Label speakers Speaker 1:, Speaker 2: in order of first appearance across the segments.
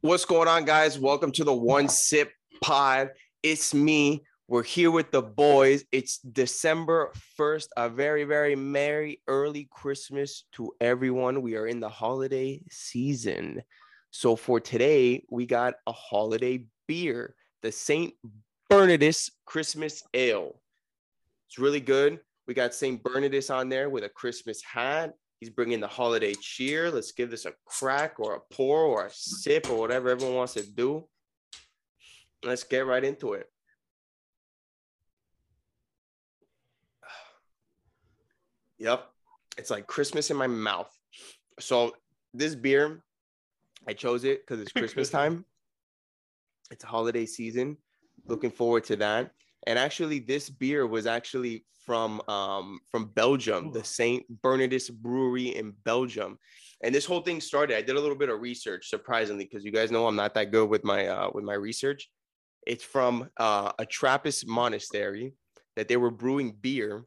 Speaker 1: What's going on, guys? Welcome to the One Sip Pod. It's me. We're here with the boys. It's December 1st. A very, very merry early Christmas to everyone. We are in the holiday season. So for today, we got a holiday beer, the St. Bernardus Christmas Ale. It's really good. We got St. Bernardus on there with a Christmas hat. He's bringing the holiday cheer. Let's give this a crack or a pour or a sip or whatever everyone wants to do. Let's get right into it. Yep. It's like Christmas in my mouth. So this beer, I chose it because it's Christmas time. It's holiday season. Looking forward to that. And actually, this beer was actually from um, from Belgium, the Saint Bernardus Brewery in Belgium. And this whole thing started. I did a little bit of research, surprisingly, because you guys know I'm not that good with my uh, with my research. It's from uh, a Trappist monastery that they were brewing beer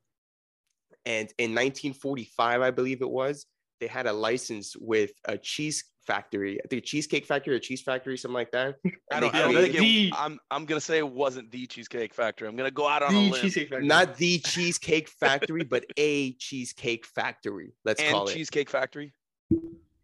Speaker 1: and in 1945, I believe it was, they had a license with a cheese factory. I think a cheesecake factory or cheese factory, something like that. And they
Speaker 2: I don't, I don't
Speaker 1: created-
Speaker 2: think
Speaker 3: The-
Speaker 2: it, I'm. I'm gonna say it wasn't the Cheesecake Factory. I'm gonna go out on a
Speaker 3: the
Speaker 2: limb.
Speaker 3: cheesecake factory.
Speaker 1: not the cheesecake factory, but a cheesecake factory. Let's
Speaker 2: and
Speaker 1: call it
Speaker 2: Cheesecake Factory.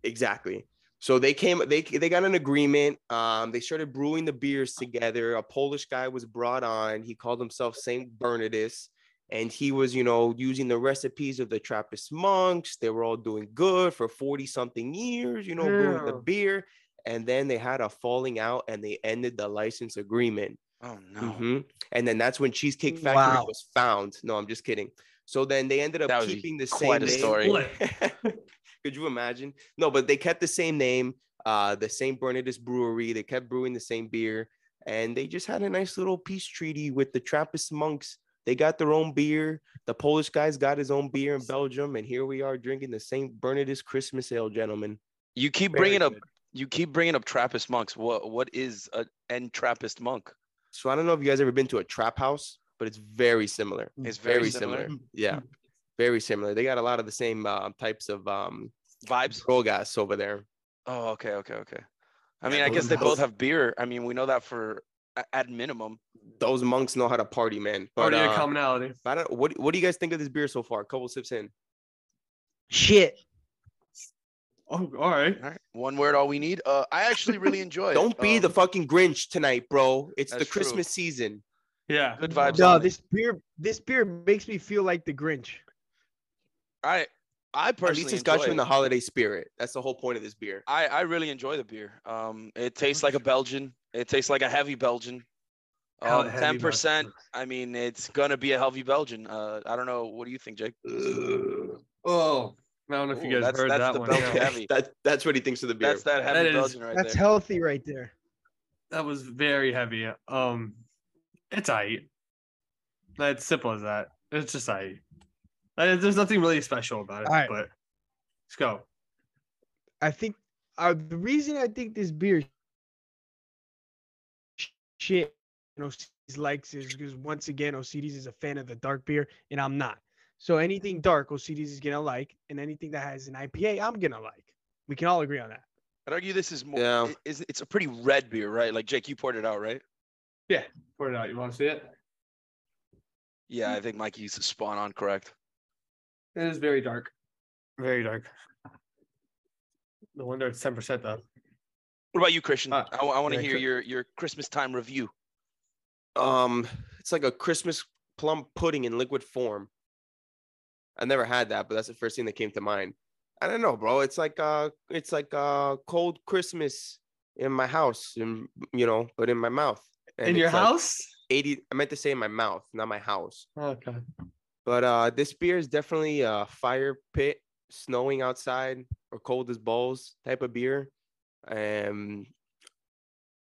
Speaker 1: exactly. So they came, they they got an agreement. Um, they started brewing the beers together. A Polish guy was brought on. He called himself Saint Bernardus, and he was, you know, using the recipes of the Trappist monks. They were all doing good for forty something years, you know, brewing the
Speaker 3: Yeah.
Speaker 1: beer. And then they had a falling out, and they ended the license agreement.
Speaker 2: Oh Mm. no,
Speaker 1: Mhm. And then that's when Cheesecake Factory
Speaker 3: Wow.
Speaker 1: was found. No, I'm just kidding. So then they ended
Speaker 2: That
Speaker 1: up
Speaker 2: would be
Speaker 1: keeping the
Speaker 2: quite
Speaker 1: same
Speaker 2: a
Speaker 1: name.
Speaker 2: story.
Speaker 3: What?
Speaker 1: Could you imagine? No, but they kept the same name, uh, the St. Bernardus Brewery. They kept brewing the same beer, and they just had a nice little peace treaty with the Trappist monks. They got their own beer. The Polish guy's got his own beer in Belgium, and here we are drinking the St. Bernardus Christmas Ale, gentlemen.
Speaker 2: You keep
Speaker 1: Very
Speaker 2: bringing up.
Speaker 1: good.
Speaker 2: You keep bringing up Trappist monks. What? What is a and Trappist monk?
Speaker 1: So I don't know if you guys ever been to a trap house, but it's very similar.
Speaker 2: It's very,
Speaker 1: Very
Speaker 2: similar.
Speaker 1: similar.
Speaker 3: Mm-hmm.
Speaker 1: Yeah, very similar. They got a lot of the same uh, types of um,
Speaker 2: vibes.
Speaker 1: gas over there.
Speaker 2: Oh, okay, okay, okay. I
Speaker 1: Yeah,
Speaker 2: mean, I
Speaker 1: those
Speaker 2: guess
Speaker 1: are
Speaker 2: they
Speaker 1: those-
Speaker 2: both have beer. I mean, we know that for a- at minimum.
Speaker 1: Those monks know how to party, man. But,
Speaker 3: Already a
Speaker 1: uh,
Speaker 3: commonality.
Speaker 1: I don't, what what do you guys think of this beer so far? couple sips in.
Speaker 4: Shit.
Speaker 3: Oh, all right.
Speaker 2: All right, one word, all we need. Uh, I actually really enjoy. it.
Speaker 1: Don't be the
Speaker 2: Um,
Speaker 1: fucking Grinch tonight, bro. It's the
Speaker 2: That's true.
Speaker 1: Christmas season.
Speaker 3: Yeah.
Speaker 2: good vibes.
Speaker 4: No,
Speaker 2: only.
Speaker 4: this beer this beer makes me feel like the Grinch.
Speaker 2: I I
Speaker 1: At
Speaker 2: personally
Speaker 1: least it's
Speaker 2: enjoy
Speaker 1: got you in
Speaker 2: it.
Speaker 1: the holiday spirit. That's the whole point of this beer.
Speaker 2: I, I really enjoy the beer. Um, it tastes like a Belgian. It tastes like a heavy Belgian.
Speaker 3: Hell,
Speaker 2: Um,
Speaker 3: heavy
Speaker 2: ten percent.
Speaker 3: mustard.
Speaker 2: I mean, it's gonna be a healthy Belgian. Uh, I don't know. What do you think, Jake?
Speaker 3: Oh, I don't know if
Speaker 2: Ooh,
Speaker 3: you guys
Speaker 2: that's-
Speaker 3: heard
Speaker 2: that's
Speaker 3: that
Speaker 2: the
Speaker 3: one.
Speaker 2: Belgian
Speaker 3: yeah.
Speaker 2: heavy.
Speaker 1: That that's what he thinks of the beer.
Speaker 2: That's that
Speaker 3: That
Speaker 2: heavy
Speaker 3: is-
Speaker 2: Belgian right
Speaker 4: That's
Speaker 2: there.
Speaker 4: healthy right there.
Speaker 3: That was very heavy. Um, it's I. That's simple as that. It's just I. There's nothing really special about it.
Speaker 4: All right.
Speaker 3: But let's go.
Speaker 4: I think uh, the reason I think this beer sh- shit you know, OCDs likes is because once again OCDs is a fan of the dark beer and I'm not. So anything dark OCDs is gonna like, and anything that has an IPA I'm gonna like. We can all agree on that.
Speaker 2: I'd argue this is more.
Speaker 1: Yeah.
Speaker 2: i- Is it's a pretty red beer, right? Like Jake, you poured it out, right?
Speaker 3: Pour it out. You want to see it?
Speaker 2: Yeah,
Speaker 3: Mm-hmm.
Speaker 2: I think Mikey's spot on correct.
Speaker 3: It is very dark. Very dark. No wonder it's ten percent though.
Speaker 2: What about you, Christian?
Speaker 3: Uh,
Speaker 2: I, want
Speaker 3: yeah,
Speaker 2: to hear
Speaker 3: sure.
Speaker 2: your your Christmas time review.
Speaker 1: um, it's like a Christmas plum pudding in liquid form. I never had that, but that's the first thing that came to mind. I don't know, bro. It's like uh it's like uh cold Christmas in my house, and you know, but in my mouth. And
Speaker 3: In your
Speaker 1: it's like
Speaker 3: house? Oh,
Speaker 1: 80 I meant to say in my mouth, not my house.
Speaker 3: Okay.
Speaker 1: But uh this beer is definitely a fire pit, snowing outside or cold as balls type of beer. Um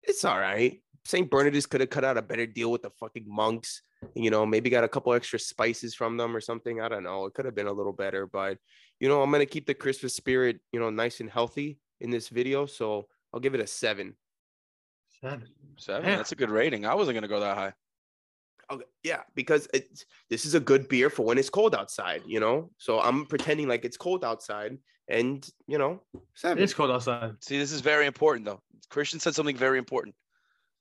Speaker 1: it's all right. St. Bernardus could have cut out a better deal with the fucking monks. You know, maybe got a couple extra spices from them or something. I don't know. It could have been a little better, but you know, I'm gonna keep the Christmas spirit, you know, nice and healthy in this video. So I'll give it a seven.
Speaker 3: Seven.
Speaker 2: Seven.
Speaker 3: Yeah.
Speaker 2: That's a good rating. I wasn't gonna go that high.
Speaker 1: okay, yeah, because it's this is a good beer for when it's cold outside, you know. So I'm pretending like it's cold outside, and you know, seven.
Speaker 3: It's cold outside.
Speaker 2: See, this is very important though. Christian said something very important.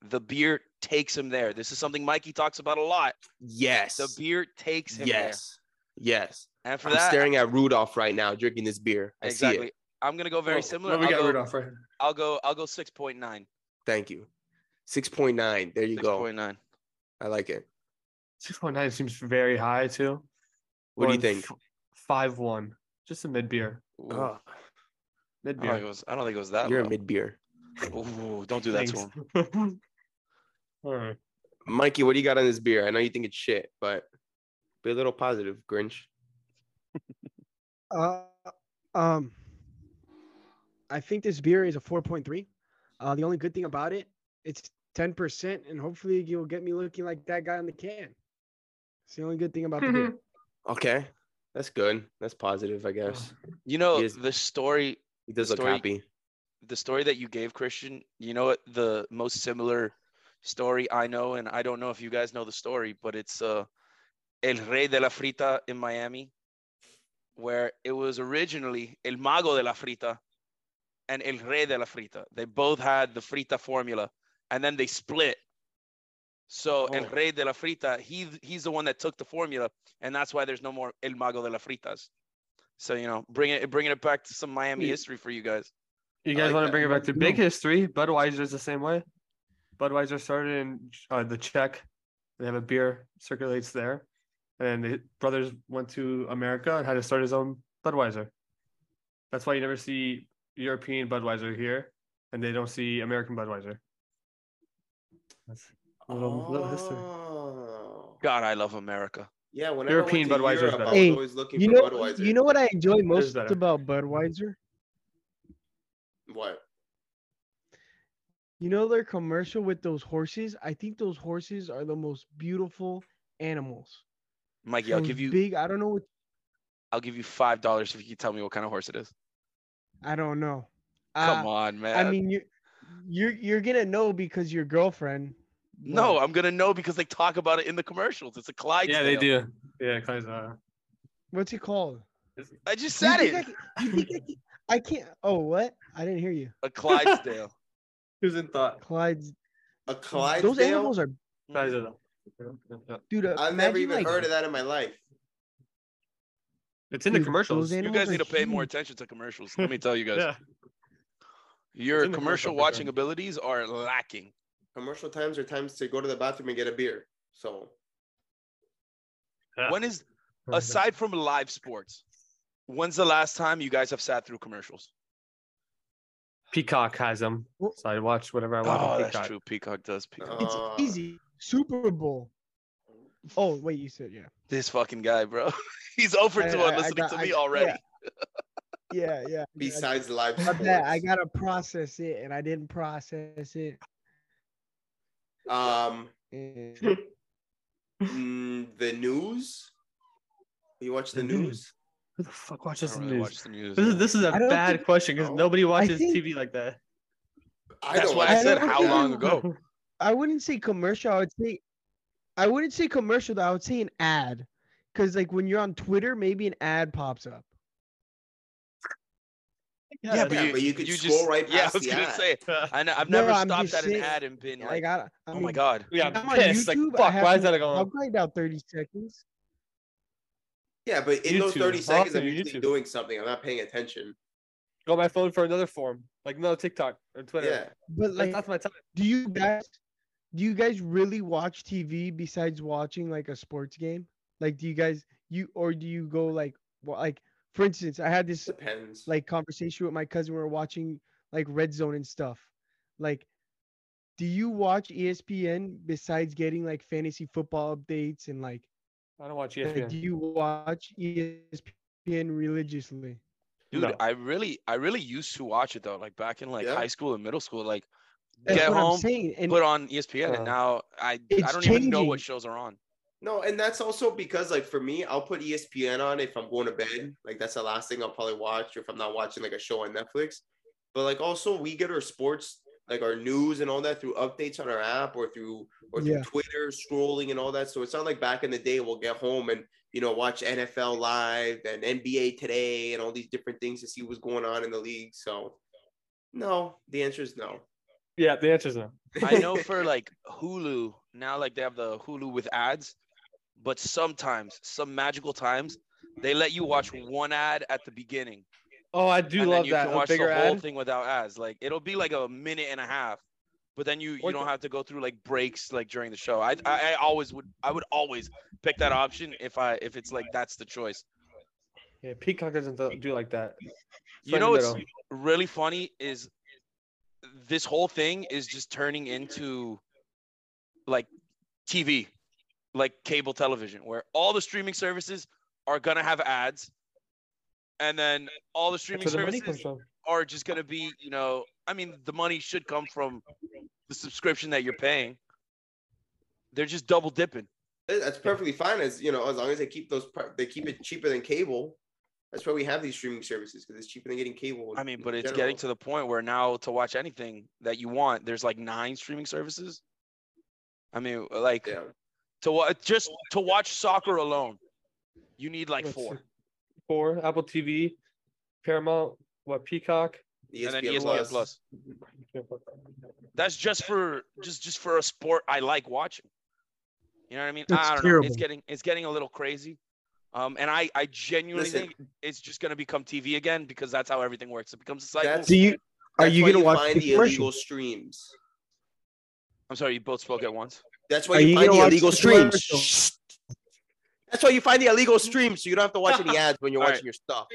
Speaker 2: The beer takes him there. This is something Mikey talks about a lot.
Speaker 1: yes,
Speaker 2: The beer takes him
Speaker 1: yes, yes.
Speaker 2: there. And for
Speaker 1: I'm
Speaker 2: that,
Speaker 1: staring at Rudolph right now, drinking this beer. I see
Speaker 2: exactly.
Speaker 1: it.
Speaker 2: I'm gonna go very
Speaker 3: Oh,
Speaker 2: similar.
Speaker 3: What we
Speaker 2: I'll,
Speaker 3: got
Speaker 2: go,
Speaker 3: Rudolph right here.
Speaker 2: I'll go. I'll go six point nine.
Speaker 1: Thank you. Six point nine. There you
Speaker 2: Six
Speaker 1: go.
Speaker 2: point nine.
Speaker 1: I like it.
Speaker 3: Six point nine seems very high too.
Speaker 1: What do you
Speaker 3: Going
Speaker 1: think?
Speaker 3: f- Five one, just a mid beer.
Speaker 1: Oh,
Speaker 3: Mid
Speaker 2: I, don't think it
Speaker 3: beer.
Speaker 2: was, I don't think it was that.
Speaker 1: you're a
Speaker 2: low.
Speaker 1: mid beer.
Speaker 2: Ooh, don't do that to him.
Speaker 3: All right.
Speaker 1: Mikey, what do you got on this beer? I know you think it's shit, but be a little positive, Grinch.
Speaker 4: Uh, um, I think this beer is a 4.3. Uh, the only good thing about it, it's 10%, and hopefully you'll get me looking like that guy on the can. It's the only good thing about the beer.
Speaker 1: Okay, that's good. That's positive, I guess.
Speaker 2: You know
Speaker 1: Yes.
Speaker 2: the story.
Speaker 1: He does
Speaker 2: The
Speaker 1: look
Speaker 2: story-
Speaker 1: happy.
Speaker 2: The story that you gave Christian. You know what? The most similar story I know, and I don't know if you guys know the story, but it's uh, El Rey de la Frita in Miami, where it was originally El Mago de la Frita and El Rey de la Frita. They both had the Frita formula, and then they split. So El
Speaker 1: Oh.
Speaker 2: Rey de la Frita, he he's the one that took the formula, and that's why there's no more El Mago de la Fritas. So you know, bring it bringing it back to some Miami
Speaker 3: Yeah.
Speaker 2: history for you guys.
Speaker 3: You
Speaker 2: I
Speaker 3: guys
Speaker 2: like
Speaker 3: want
Speaker 2: that.
Speaker 3: to bring it back to
Speaker 4: No.
Speaker 3: big history? Budweiser's the same way. Budweiser started in uh, the Czech. They have a beer circulates there, and the brothers went to America and had to start his own Budweiser. That's why you never see European Budweiser here, and they don't see American Budweiser. That's a little, little history.
Speaker 1: Oh.
Speaker 2: God, I love America.
Speaker 1: Yeah, whenever
Speaker 3: European
Speaker 1: I went
Speaker 3: Budweiser's
Speaker 1: to Europe,
Speaker 3: better.
Speaker 1: I was
Speaker 4: Hey,
Speaker 1: always looking
Speaker 4: You
Speaker 1: for
Speaker 4: know,
Speaker 1: Budweiser.
Speaker 4: you know what I enjoy
Speaker 3: most
Speaker 4: most
Speaker 3: better.
Speaker 4: about Budweiser?
Speaker 1: what?
Speaker 4: You know their commercial with those horses? I think those horses are the most beautiful animals.
Speaker 2: Mikey, I'll
Speaker 4: Those
Speaker 2: give you
Speaker 4: big. I don't know what
Speaker 2: I'll give you five dollars if you can tell me what kind of horse it is.
Speaker 4: I don't know.
Speaker 2: Come
Speaker 4: Uh,
Speaker 2: on, man.
Speaker 4: I mean you you're you're gonna know because your girlfriend.
Speaker 2: no,
Speaker 4: but-
Speaker 2: I'm gonna know because they talk about it in the commercials. It's a Clydesdale.
Speaker 3: Yeah, they do. Yeah, kind of.
Speaker 4: What's it called?
Speaker 2: I just
Speaker 4: You
Speaker 2: said
Speaker 4: think I
Speaker 2: it.
Speaker 4: can- you think I can- I can't oh what? I didn't hear you.
Speaker 2: A Clydesdale.
Speaker 3: Who's in thought?
Speaker 4: Clyde's
Speaker 1: A Clydesdale?
Speaker 4: those animals are
Speaker 2: Mm.
Speaker 3: Guys are the-
Speaker 4: dude. uh,
Speaker 1: I've never
Speaker 4: imagine,
Speaker 1: even
Speaker 4: like,
Speaker 1: heard of that in my life.
Speaker 3: It's in the
Speaker 4: Dude,
Speaker 3: commercials.
Speaker 4: those
Speaker 2: You
Speaker 4: animals
Speaker 2: guys
Speaker 4: are
Speaker 2: need to pay more
Speaker 4: huge.
Speaker 2: attention to commercials. Let me tell you guys.
Speaker 3: Yeah.
Speaker 2: Your
Speaker 3: in the commercial
Speaker 2: commercial
Speaker 3: for
Speaker 2: watching
Speaker 3: sure.
Speaker 2: abilities are lacking.
Speaker 1: Commercial times are times to go to the bathroom and get a beer. So
Speaker 3: Yeah.
Speaker 2: When is aside from live sports, when's the last time you guys have sat through commercials?
Speaker 3: Peacock has them,
Speaker 4: Well-
Speaker 3: so I watch whatever I want.
Speaker 2: Oh,
Speaker 3: on
Speaker 2: that's
Speaker 3: Peacock.
Speaker 2: true. Peacock does. Peacock.
Speaker 1: Uh,
Speaker 4: It's easy. Super Bowl. Oh wait, you said yeah.
Speaker 2: This fucking guy, bro. He's over
Speaker 4: I-
Speaker 2: to
Speaker 4: I- I
Speaker 2: on listening
Speaker 4: got-
Speaker 2: to
Speaker 4: I
Speaker 2: me
Speaker 4: got-
Speaker 2: already.
Speaker 4: Yeah, yeah. I- I-
Speaker 1: besides live
Speaker 4: My
Speaker 1: sports,
Speaker 4: bad. I gotta process it, and I didn't process it.
Speaker 1: um,
Speaker 4: and-
Speaker 1: mm, the news. You watch the
Speaker 3: The news.
Speaker 1: news?
Speaker 3: Who the fuck
Speaker 2: I
Speaker 3: watches
Speaker 2: don't
Speaker 3: the
Speaker 2: really
Speaker 3: news?
Speaker 2: watch the news.
Speaker 3: This is
Speaker 2: yeah.
Speaker 3: this is a
Speaker 4: I don't
Speaker 3: bad
Speaker 4: think-
Speaker 3: question because
Speaker 1: No.
Speaker 3: nobody watches
Speaker 4: think-
Speaker 3: TV like that.
Speaker 1: I
Speaker 2: That's
Speaker 1: don't
Speaker 2: why
Speaker 1: watch
Speaker 2: I
Speaker 4: watch
Speaker 2: said
Speaker 4: it.
Speaker 2: how
Speaker 4: I
Speaker 2: long
Speaker 4: don't-
Speaker 2: ago.
Speaker 4: I wouldn't say commercial. I would say, I wouldn't say commercial. Though. I would say an ad, because like when you're on Twitter, maybe an ad pops up.
Speaker 2: Yeah,
Speaker 1: but you- could
Speaker 2: just-
Speaker 1: scroll right
Speaker 2: Yeah, I
Speaker 1: past
Speaker 2: was
Speaker 1: the
Speaker 2: gonna
Speaker 1: ad.
Speaker 2: say.
Speaker 3: yeah.
Speaker 2: I know, I've
Speaker 4: No,
Speaker 2: never
Speaker 4: I'm
Speaker 2: stopped
Speaker 4: just
Speaker 2: at an
Speaker 4: saying,
Speaker 2: ad and been like,
Speaker 4: Like I, I
Speaker 2: "Oh
Speaker 4: mean,
Speaker 2: my god."
Speaker 3: Yeah,
Speaker 4: I'm
Speaker 3: I'm
Speaker 4: on
Speaker 3: pissed. Like,
Speaker 4: YouTube, I
Speaker 3: fuck,
Speaker 4: have
Speaker 3: why
Speaker 4: to
Speaker 3: is that going
Speaker 4: I'll
Speaker 3: on?
Speaker 4: grind out thirty seconds.
Speaker 1: Yeah, but in those
Speaker 3: YouTube.
Speaker 1: 30
Speaker 3: How
Speaker 1: seconds,
Speaker 3: often
Speaker 1: I'm
Speaker 3: do you
Speaker 1: usually
Speaker 3: YouTube?
Speaker 1: doing something. I'm not paying attention.
Speaker 3: Go on my phone for another form, like no TikTok or Twitter.
Speaker 1: Yeah.
Speaker 4: But
Speaker 3: That's
Speaker 4: like,
Speaker 3: not my time.
Speaker 4: do you guys, do you guys really watch TV besides watching like a sports game? Like, do you guys you or do you go like wa- like for instance, I had this
Speaker 1: Depends.
Speaker 4: like conversation with my cousin. We were watching like Red Zone and stuff. Like, do you watch E ESPN besides getting like fantasy football updates and like,
Speaker 3: I don't watch E
Speaker 4: like, do
Speaker 3: ESPN.
Speaker 4: you watch E ESPN religiously?
Speaker 2: Dude,
Speaker 3: No.
Speaker 2: I really, I really used to watch it though. Like back in like
Speaker 1: Yeah.
Speaker 2: high school and middle school, like
Speaker 4: That's
Speaker 2: get
Speaker 4: what
Speaker 2: home,
Speaker 4: I'm saying. And
Speaker 2: put on E ESPN,
Speaker 3: Uh,
Speaker 2: and now I, I
Speaker 4: it's
Speaker 2: don't even know what
Speaker 4: changing.
Speaker 2: shows are on.
Speaker 1: No, and that's also because like for me, I'll put E ESPN on if I'm going to bed. Like that's the last thing I'll probably watch or if I'm not watching like a show on Netflix. But like also we get our sports like our news and all that through updates on our app or through or through
Speaker 4: Yeah.
Speaker 1: Twitter scrolling and all that. So it's not like back in the day we'll get home and you know watch NFL live and NBA today and all these different things to see what's going on in the league. So no, the answer is no.
Speaker 3: Yeah, the answer is no.
Speaker 2: I know for like Hulu now, like they have the Hulu with ads, but sometimes, some magical times, they let you watch one ad at the beginning,
Speaker 3: Oh, I do
Speaker 2: and then
Speaker 3: love
Speaker 2: you
Speaker 3: that.
Speaker 2: can
Speaker 3: A
Speaker 2: watch the
Speaker 3: bigger
Speaker 2: whole
Speaker 3: ad.
Speaker 2: thing without ads. Like it'll be like a minute and a half, but then you you
Speaker 3: Or
Speaker 2: don't
Speaker 3: the-
Speaker 2: have to go through like breaks like during the show. I, I I always would I would always pick that option if I if it's like that's the choice.
Speaker 3: Yeah, Peacock doesn't do- do like that. It's
Speaker 2: You
Speaker 3: right in
Speaker 2: know
Speaker 3: the
Speaker 2: what's
Speaker 3: middle.
Speaker 2: really funny is this whole thing is just turning into like TV, like cable television, where all the streaming services are gonna have ads, and then all the streaming
Speaker 3: That's where the money comes
Speaker 2: services
Speaker 3: from.
Speaker 2: are just gonna be, you know, I mean, the money should come from the subscription that you're paying. They're just double dipping.
Speaker 1: That- That's perfectly fine as you know as long as they keep those pri- they keep it cheaper than cable. That's why we have these streaming services because it's cheaper than getting cable.
Speaker 2: I mean,
Speaker 1: in
Speaker 2: but it's
Speaker 1: general.
Speaker 2: getting to the point where now to watch anything that you want, there's like nine streaming services. I mean, like
Speaker 1: yeah.
Speaker 2: to watch just to watch soccer alone, you need like
Speaker 3: Let's
Speaker 2: four.
Speaker 3: see. Four Apple TV, Paramount, what Peacock?
Speaker 2: and then E
Speaker 1: ESPN
Speaker 2: ESPN Plus. That's just for just just for a sport I like watching. You know what I mean?
Speaker 4: That's
Speaker 2: I don't know.
Speaker 4: terrible.
Speaker 2: It's getting it's getting a little crazy. Um, and I I genuinely
Speaker 1: Listen.
Speaker 2: think it's just gonna become TV again because that's how everything works. It becomes a cycle.
Speaker 1: That's-
Speaker 4: Do you are
Speaker 1: That's
Speaker 4: you
Speaker 1: why
Speaker 4: gonna watch
Speaker 1: find
Speaker 4: the
Speaker 1: the
Speaker 4: commercial?
Speaker 1: illegal streams?
Speaker 2: I'm sorry, you both spoke at once.
Speaker 1: That's why
Speaker 4: Are
Speaker 1: you,
Speaker 4: you
Speaker 1: find
Speaker 4: gonna
Speaker 1: the
Speaker 4: watch
Speaker 1: illegal
Speaker 4: the
Speaker 1: streams.
Speaker 4: commercial?
Speaker 1: Shh. That's why you find the illegal streams, so you don't have to watch any ads when you're
Speaker 2: All
Speaker 1: watching your stuff.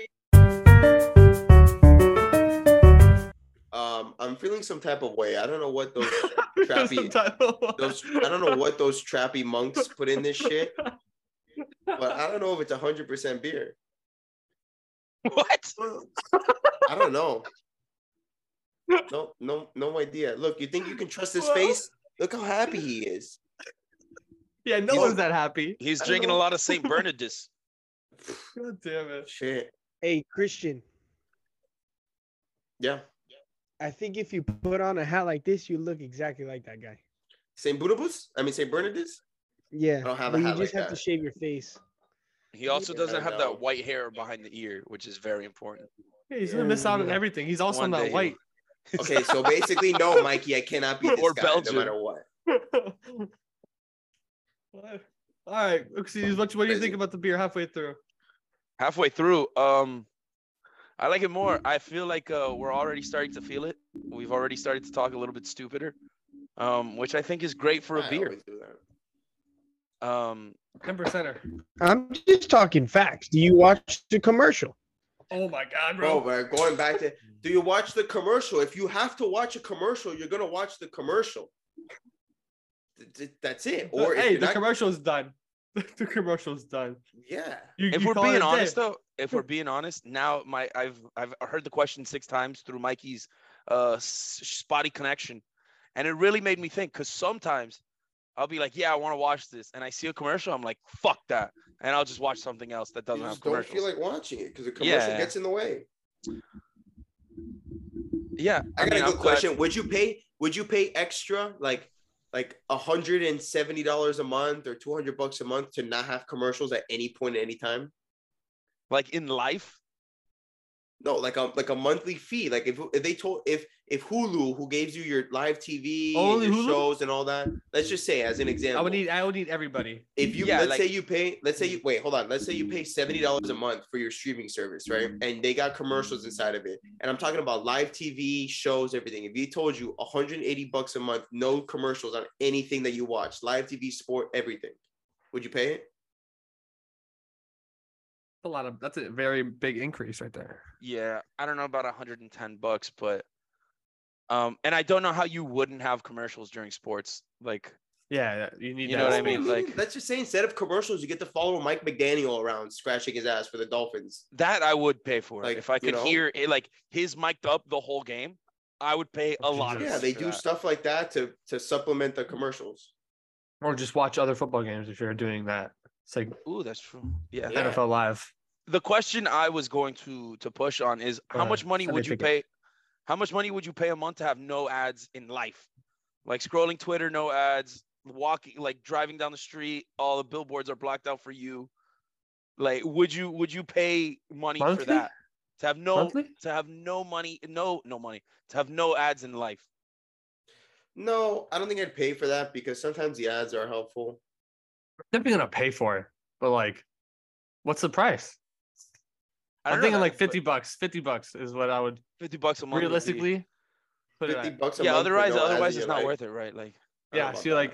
Speaker 1: Um, I'm feeling some type of way. I don't know what those trappy, those I don't know what those trappy monks put in this shit, but I don't know if it's 100 percent beer.
Speaker 2: What?
Speaker 1: I don't know. No, no, no idea. Look, you think you can trust his
Speaker 3: Well-
Speaker 1: face? Look how happy he is.
Speaker 3: yeah, no
Speaker 1: Yo.
Speaker 3: one's that happy.
Speaker 2: He's
Speaker 1: I don't
Speaker 2: drinking a
Speaker 1: know.
Speaker 2: lot of Saint Bernardus.
Speaker 3: God damn it.
Speaker 1: Shit.
Speaker 4: Hey Christian,
Speaker 1: Yeah.
Speaker 4: I think if you put on a hat like this, you look exactly like that guy.
Speaker 1: St. Budabus? I mean St. Bernardus?
Speaker 4: Yeah,
Speaker 1: I don't have a
Speaker 4: but you
Speaker 1: hat
Speaker 4: just
Speaker 1: like
Speaker 4: have to
Speaker 1: that.
Speaker 4: shave your face.
Speaker 2: He also
Speaker 1: Yeah,
Speaker 2: doesn't
Speaker 1: I
Speaker 2: have
Speaker 1: know.
Speaker 2: that white hair behind the ear, which is very important.
Speaker 3: Yeah, he's gonna miss out on
Speaker 1: Yeah.
Speaker 3: everything. He's also
Speaker 2: uh, One day
Speaker 3: not
Speaker 2: he'll-
Speaker 3: white.
Speaker 1: Okay, so basically, no, Mikey, I cannot be this
Speaker 2: Or
Speaker 1: guy
Speaker 2: Belgium.
Speaker 1: no matter what.
Speaker 3: What? All right, Oxy, what, what do you
Speaker 1: Crazy.
Speaker 3: think about the beer halfway through?
Speaker 2: halfway through um i like it more i feel like uh, we're already starting to feel it we've already started to talk a little bit stupider um which i think is great for a
Speaker 1: I
Speaker 2: beer
Speaker 1: always do that.
Speaker 2: um
Speaker 3: Ten percenter.
Speaker 4: I'm just talking facts. Do you watch the commercial?
Speaker 3: Oh my god,
Speaker 1: Bro,
Speaker 3: bro.
Speaker 1: but going back to do you watch the commercial? If you have to watch a commercial, you're gonna watch the commercial. Th- th- That's it. Or if
Speaker 3: Uh, hey,
Speaker 1: you're
Speaker 3: the
Speaker 1: not-
Speaker 3: commercial's done. the commercial's done.
Speaker 1: yeah,
Speaker 3: You,
Speaker 2: if
Speaker 3: you
Speaker 2: we're
Speaker 3: call it a
Speaker 2: being
Speaker 3: day.
Speaker 2: honest though if we're being honest now my i've i've heard the question six times through mikey's uh s- spotty connection and it really made me think because sometimes i'll be like yeah i want to watch this and i see a commercial i'm like fuck that and i'll just watch something else that
Speaker 1: you
Speaker 2: doesn't have
Speaker 1: just don't
Speaker 2: commercials
Speaker 1: feel like watching it because the commercial
Speaker 2: Yeah.
Speaker 1: gets in the way.
Speaker 2: yeah
Speaker 1: I got
Speaker 2: mean,
Speaker 1: a
Speaker 2: I'm
Speaker 1: good
Speaker 2: glad-
Speaker 1: question. Would you pay? Would you pay extra, like, like hundred and seventy dollars a month or two hundred bucks a month to not have commercials at any point, at any time?
Speaker 2: like in life
Speaker 1: No, like a like a monthly fee. Like if, if they told if if Hulu, who gives you your live TV
Speaker 3: Only
Speaker 1: and your
Speaker 3: Hulu?
Speaker 1: shows and all that, let's just say as an example,
Speaker 3: I would need I would need everybody.
Speaker 1: if you
Speaker 2: Yeah,
Speaker 1: let's
Speaker 2: like-
Speaker 1: say you pay, let's say you wait, hold on, let's say you pay seventy dollars a month for your streaming service, right?
Speaker 2: Mm-hmm.
Speaker 1: And they got commercials inside of it. And I'm talking about live TV shows, everything. If they told you 180 bucks a month, no commercials on anything that you watch, live TV, sport, everything, would you pay it?
Speaker 3: That's a lot of that's a very big increase right there.
Speaker 2: Yeah, I don't know about 110 bucks, but um, and I don't know how you wouldn't have commercials during sports. Like,
Speaker 3: Yeah, yeah, you need
Speaker 2: You
Speaker 3: that.
Speaker 2: know what I
Speaker 3: too.
Speaker 2: mean? Like-
Speaker 1: let's Mm-hmm. just say instead of commercials, you get to follow Mike McDaniel around scratching his ass for the Dolphins.
Speaker 2: that I would pay for
Speaker 1: Like,
Speaker 2: if I
Speaker 1: you
Speaker 2: could
Speaker 1: know?
Speaker 2: hear it, like his mic'd up the whole game. I would pay a
Speaker 3: Oh,
Speaker 2: lot. of
Speaker 3: Jesus.
Speaker 1: Yeah, they
Speaker 2: for
Speaker 1: do
Speaker 2: that.
Speaker 1: stuff like that to to supplement the commercials.
Speaker 3: Or just watch other football games if you're doing that. It's like
Speaker 2: Ooh, that's true. Yeah.
Speaker 1: Yeah.
Speaker 3: NFL Live.
Speaker 2: The question I was going to to push on is how
Speaker 3: Uh,
Speaker 2: much money
Speaker 3: Sunday
Speaker 2: would you
Speaker 3: ticket.
Speaker 2: pay? How much money would you pay a month to have no ads in life? Like scrolling Twitter, no ads, walking like driving down the street, all the billboards are blocked out for you. Like would you would you pay money
Speaker 3: Monthly?
Speaker 2: for that? To have no
Speaker 3: Monthly?
Speaker 2: to have no money, no no money, to have no ads in life.
Speaker 1: No, I don't think I'd pay for that because sometimes the ads are helpful.
Speaker 3: Definitely gonna pay for it, but like, what's the price?
Speaker 2: I
Speaker 3: I'm
Speaker 2: don't know
Speaker 3: thinking
Speaker 2: that,
Speaker 3: like
Speaker 2: but
Speaker 3: 50 bucks. 50 bucks is what I would
Speaker 2: 50 bucks a month. would be-
Speaker 3: realistically put it
Speaker 1: Fifty
Speaker 3: at.
Speaker 1: bucks a
Speaker 2: Yeah,
Speaker 1: month. for
Speaker 2: otherwise
Speaker 1: no ads
Speaker 2: otherwise
Speaker 1: in
Speaker 2: it's
Speaker 1: your
Speaker 2: not
Speaker 1: life.
Speaker 2: worth it, right? Like
Speaker 1: I don't know
Speaker 3: Yeah,
Speaker 1: about
Speaker 3: see,
Speaker 1: that.
Speaker 3: like,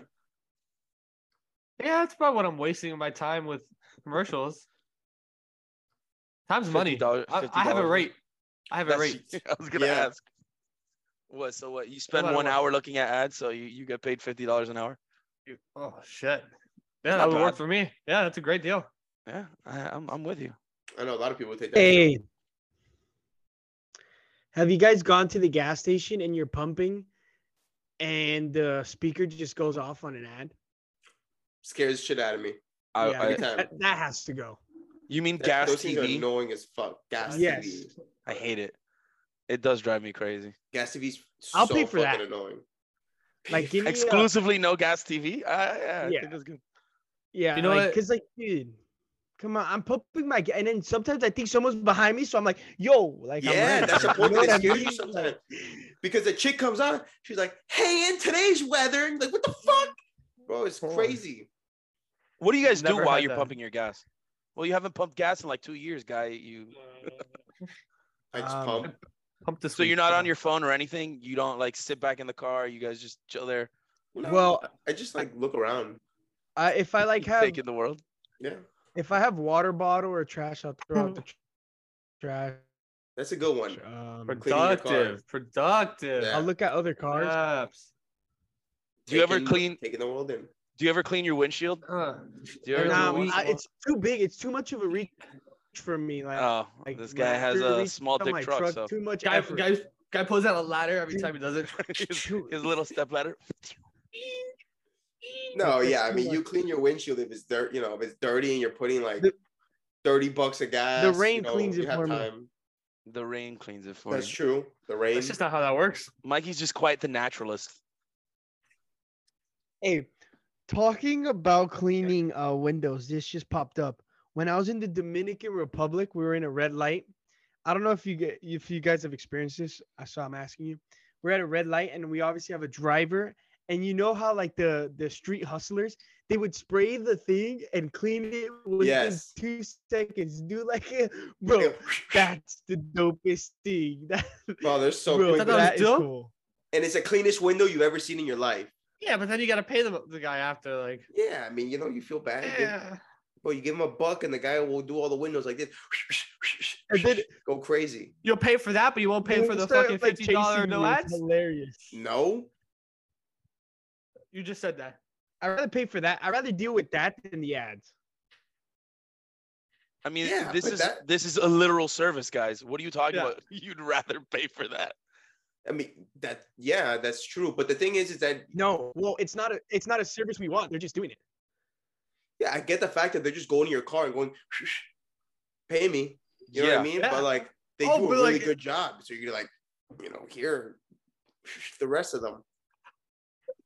Speaker 3: yeah, that's about what I'm wasting my time with commercials. Time's money.
Speaker 2: $50
Speaker 3: I, I have a
Speaker 2: $50
Speaker 3: rate. I have a
Speaker 2: That's-
Speaker 3: rate.
Speaker 2: I was gonna
Speaker 1: Yeah.
Speaker 2: ask. What? So what? You spend
Speaker 3: about
Speaker 2: one
Speaker 3: what?
Speaker 2: hour looking at ads, so you, you get paid fifty dollars an hour.
Speaker 3: Oh shit. Yeah,
Speaker 2: Not
Speaker 3: that would work
Speaker 2: bad.
Speaker 3: for me. Yeah, that's a great deal.
Speaker 2: Yeah, I, I'm I'm with you.
Speaker 1: I know a lot of people would take that.
Speaker 4: Hey. Have you guys gone to the gas station and you're pumping and the speaker just goes off on an ad?
Speaker 1: Scares shit out of me.
Speaker 2: I,
Speaker 4: Yeah.
Speaker 2: I-
Speaker 1: Every time.
Speaker 4: That, that has to go.
Speaker 2: you mean
Speaker 1: That-
Speaker 2: gas
Speaker 1: those things are
Speaker 2: TV?
Speaker 1: annoying as fuck. Gas
Speaker 4: Uh, Yes.
Speaker 1: TV.
Speaker 2: I hate it. It does drive me crazy.
Speaker 1: Gas TV's so
Speaker 4: I'll pay for
Speaker 1: fucking
Speaker 4: that.
Speaker 1: annoying.
Speaker 4: Like give me a-
Speaker 2: Exclusively no gas TV. I, yeah, I
Speaker 4: Yeah.
Speaker 2: think that's good.
Speaker 4: yeah,
Speaker 3: You know
Speaker 4: like,
Speaker 3: what?
Speaker 4: cause like, dude, come on, I'm pumping my, ga- and then sometimes I think someone's behind me, so I'm like, yo, like, I'm
Speaker 1: yeah,
Speaker 4: running.
Speaker 1: that's the
Speaker 4: You
Speaker 1: point.
Speaker 4: know
Speaker 1: That
Speaker 4: what I
Speaker 1: it scares you
Speaker 4: mean?
Speaker 1: sometimes because the chick comes on. She's like, "Hey, in today's weather," and you're like, "What the fuck, bro? It's
Speaker 3: Hold on.
Speaker 1: crazy."
Speaker 2: What do you guys do
Speaker 3: Never
Speaker 2: while
Speaker 3: had
Speaker 2: you're
Speaker 3: that.
Speaker 2: pumping your gas? Well, you haven't pumped gas in like two years, guy. You
Speaker 1: I just
Speaker 4: Um,
Speaker 1: pump.
Speaker 3: Pump this
Speaker 2: so
Speaker 3: week.
Speaker 2: you're not
Speaker 3: Come
Speaker 2: on your phone or anything. You don't like sit back in the car. You guys just chill there,
Speaker 1: No,
Speaker 4: well,
Speaker 1: I just like look around.
Speaker 4: I, if I like have
Speaker 2: taking the world.
Speaker 1: Yeah,
Speaker 4: if I have water bottle or trash, I'll throw out the tr- trash.
Speaker 1: that's a good Mm-hmm. one.
Speaker 4: Um,
Speaker 1: cleaning your car.
Speaker 3: productive. Productive.
Speaker 1: Yeah.
Speaker 4: I'll look at other cars.
Speaker 3: Apps.
Speaker 2: Do you ever
Speaker 1: Taking-
Speaker 2: clean?
Speaker 1: Taking the world in.
Speaker 2: Do you ever clean your windshield?
Speaker 3: Uh,
Speaker 2: Do you
Speaker 3: Very
Speaker 2: ever?
Speaker 4: Nah,
Speaker 2: do
Speaker 3: little
Speaker 4: I-
Speaker 2: one-
Speaker 4: it's too big. It's too much of a reach for me. Like,
Speaker 2: Oh,
Speaker 4: like,
Speaker 2: this
Speaker 4: when
Speaker 2: guy
Speaker 4: I
Speaker 2: has
Speaker 4: really
Speaker 2: a
Speaker 4: reach
Speaker 2: small
Speaker 4: on
Speaker 2: dick
Speaker 4: my
Speaker 2: truck, so
Speaker 4: Too much
Speaker 3: guy,
Speaker 4: effort.
Speaker 3: guy, guy pulls out a ladder every time he does it.
Speaker 2: his,
Speaker 4: Shoot.
Speaker 2: his little step ladder.
Speaker 1: No,
Speaker 4: That's
Speaker 1: yeah, I
Speaker 4: too
Speaker 1: mean, you
Speaker 4: much.
Speaker 1: clean your windshield if it's dirt. You know, if it's dirty and you're putting like
Speaker 4: The-
Speaker 1: thirty bucks a gas.
Speaker 4: the rain
Speaker 1: you know,
Speaker 4: cleans
Speaker 1: you
Speaker 4: it
Speaker 1: have
Speaker 4: for me.
Speaker 1: time.
Speaker 2: The rain cleans it for
Speaker 1: That's
Speaker 2: you.
Speaker 1: true. The rain.
Speaker 3: That's just not how that works.
Speaker 2: Mikey's just quite the naturalist.
Speaker 4: Hey, talking about cleaning uh, windows, this just popped up. When I was in the Dominican Republic, we were in a red light. I don't know if you get if you guys have experienced this, uh, so I'm asking you. We're at a red light, and we obviously have a driver. And you know how like the the street hustlers, they would spray the thing and clean it within
Speaker 1: Yes.
Speaker 4: two seconds. Do like, a- bro, that's the dopest thing. That,
Speaker 1: Bro, they're so
Speaker 4: bro,
Speaker 1: quick.
Speaker 3: that was
Speaker 4: that is
Speaker 3: dope?
Speaker 4: cool.
Speaker 1: and it's the cleanest window you've ever seen in your life.
Speaker 3: Yeah, but then you gotta pay the, the guy after. Like,
Speaker 1: Yeah, I mean, you know, you feel bad. You give-
Speaker 3: yeah.
Speaker 1: Bro, you give him a buck, and the guy will do all the windows like this.
Speaker 4: And then
Speaker 1: Go crazy.
Speaker 3: You'll pay for that, but you won't pay
Speaker 4: when
Speaker 3: for
Speaker 4: they
Speaker 3: the
Speaker 4: start,
Speaker 3: fucking
Speaker 4: like,
Speaker 3: fifty dollar
Speaker 4: chasing
Speaker 3: no
Speaker 4: you, it's
Speaker 3: ads.
Speaker 4: Hilarious.
Speaker 1: No,
Speaker 3: You just said that.
Speaker 4: I'd rather pay for that. I'd rather deal with that than the ads.
Speaker 2: I mean,
Speaker 1: Yeah,
Speaker 2: this
Speaker 1: but
Speaker 2: is
Speaker 1: that-
Speaker 2: this is a literal service, guys. What are you talking
Speaker 3: Yeah.
Speaker 2: about? You'd rather pay for that.
Speaker 1: I mean that. Yeah, that's true. But the thing is, is that
Speaker 4: No, well, it's not a it's not a service we want. They're just doing it.
Speaker 1: yeah, I get the fact that they're just going to your car and going, pay me. You know
Speaker 2: yeah.
Speaker 1: what I mean?
Speaker 3: Yeah.
Speaker 1: But like they
Speaker 3: Oh,
Speaker 1: do a
Speaker 3: but,
Speaker 1: really
Speaker 3: like-
Speaker 1: good job. So you're like, you know, here, the rest of them.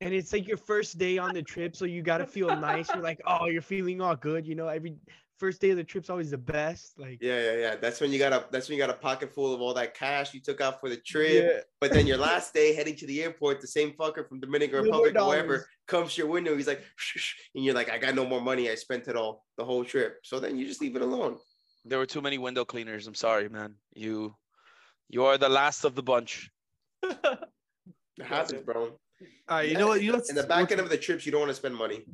Speaker 4: And it's like your first day on the trip, so you gotta feel nice. You're like, oh, you're feeling all good. You know, every first day of the trip's always the best. Like,
Speaker 1: Yeah, yeah, yeah. That's when you got a that's when you got a pocket full of all that cash you took out for the trip. But then your last day heading to the airport, the same fucker from Dominican
Speaker 4: No
Speaker 1: Republic
Speaker 4: more
Speaker 1: or wherever
Speaker 4: dollars.
Speaker 1: comes to your window. He's like, and you're like, I got no more money. I spent it all the whole trip. So then you just leave it alone.
Speaker 2: There were too many window cleaners. I'm sorry, man. You you are the last of the bunch.
Speaker 1: It happens, bro.
Speaker 3: All right, you know what? You know
Speaker 1: In the back end of the trips, you don't want to spend money.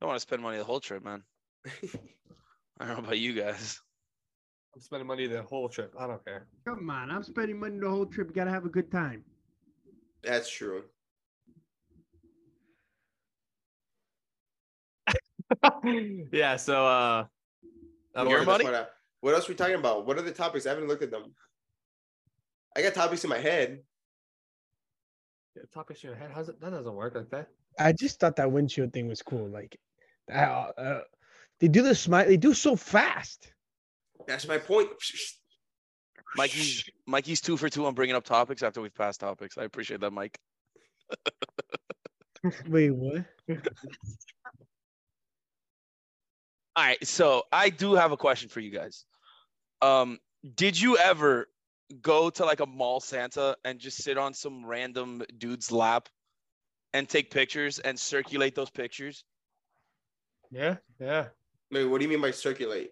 Speaker 2: I don't want to spend money the whole trip, man. I don't know about you guys.
Speaker 3: I'm spending money the whole trip. I don't care.
Speaker 4: come on, I'm spending money the whole trip. You gotta have a good time.
Speaker 1: That's true.
Speaker 3: yeah. So, uh, that
Speaker 1: Okay,
Speaker 2: Your
Speaker 1: that's
Speaker 3: works.
Speaker 2: money?
Speaker 1: What, I, what else we talking about? What are the topics? I haven't looked at them. I got topics in my head.
Speaker 3: Yeah, Top issue in your head. How's it? That doesn't work like that.
Speaker 4: I just thought that windshield thing was cool. Like, uh, uh, they do the smile. They do so fast.
Speaker 1: That's my point.
Speaker 2: Mikey's Mikey's two for two on bringing up topics after we've passed topics. I appreciate that, Mike.
Speaker 4: Wait, what?
Speaker 2: All right, so I do have a question for you guys. Um, did you ever go to like a mall Santa and just sit on some random dude's lap and take pictures and circulate those pictures?
Speaker 3: Yeah, yeah.
Speaker 1: Wait, what do you mean by circulate?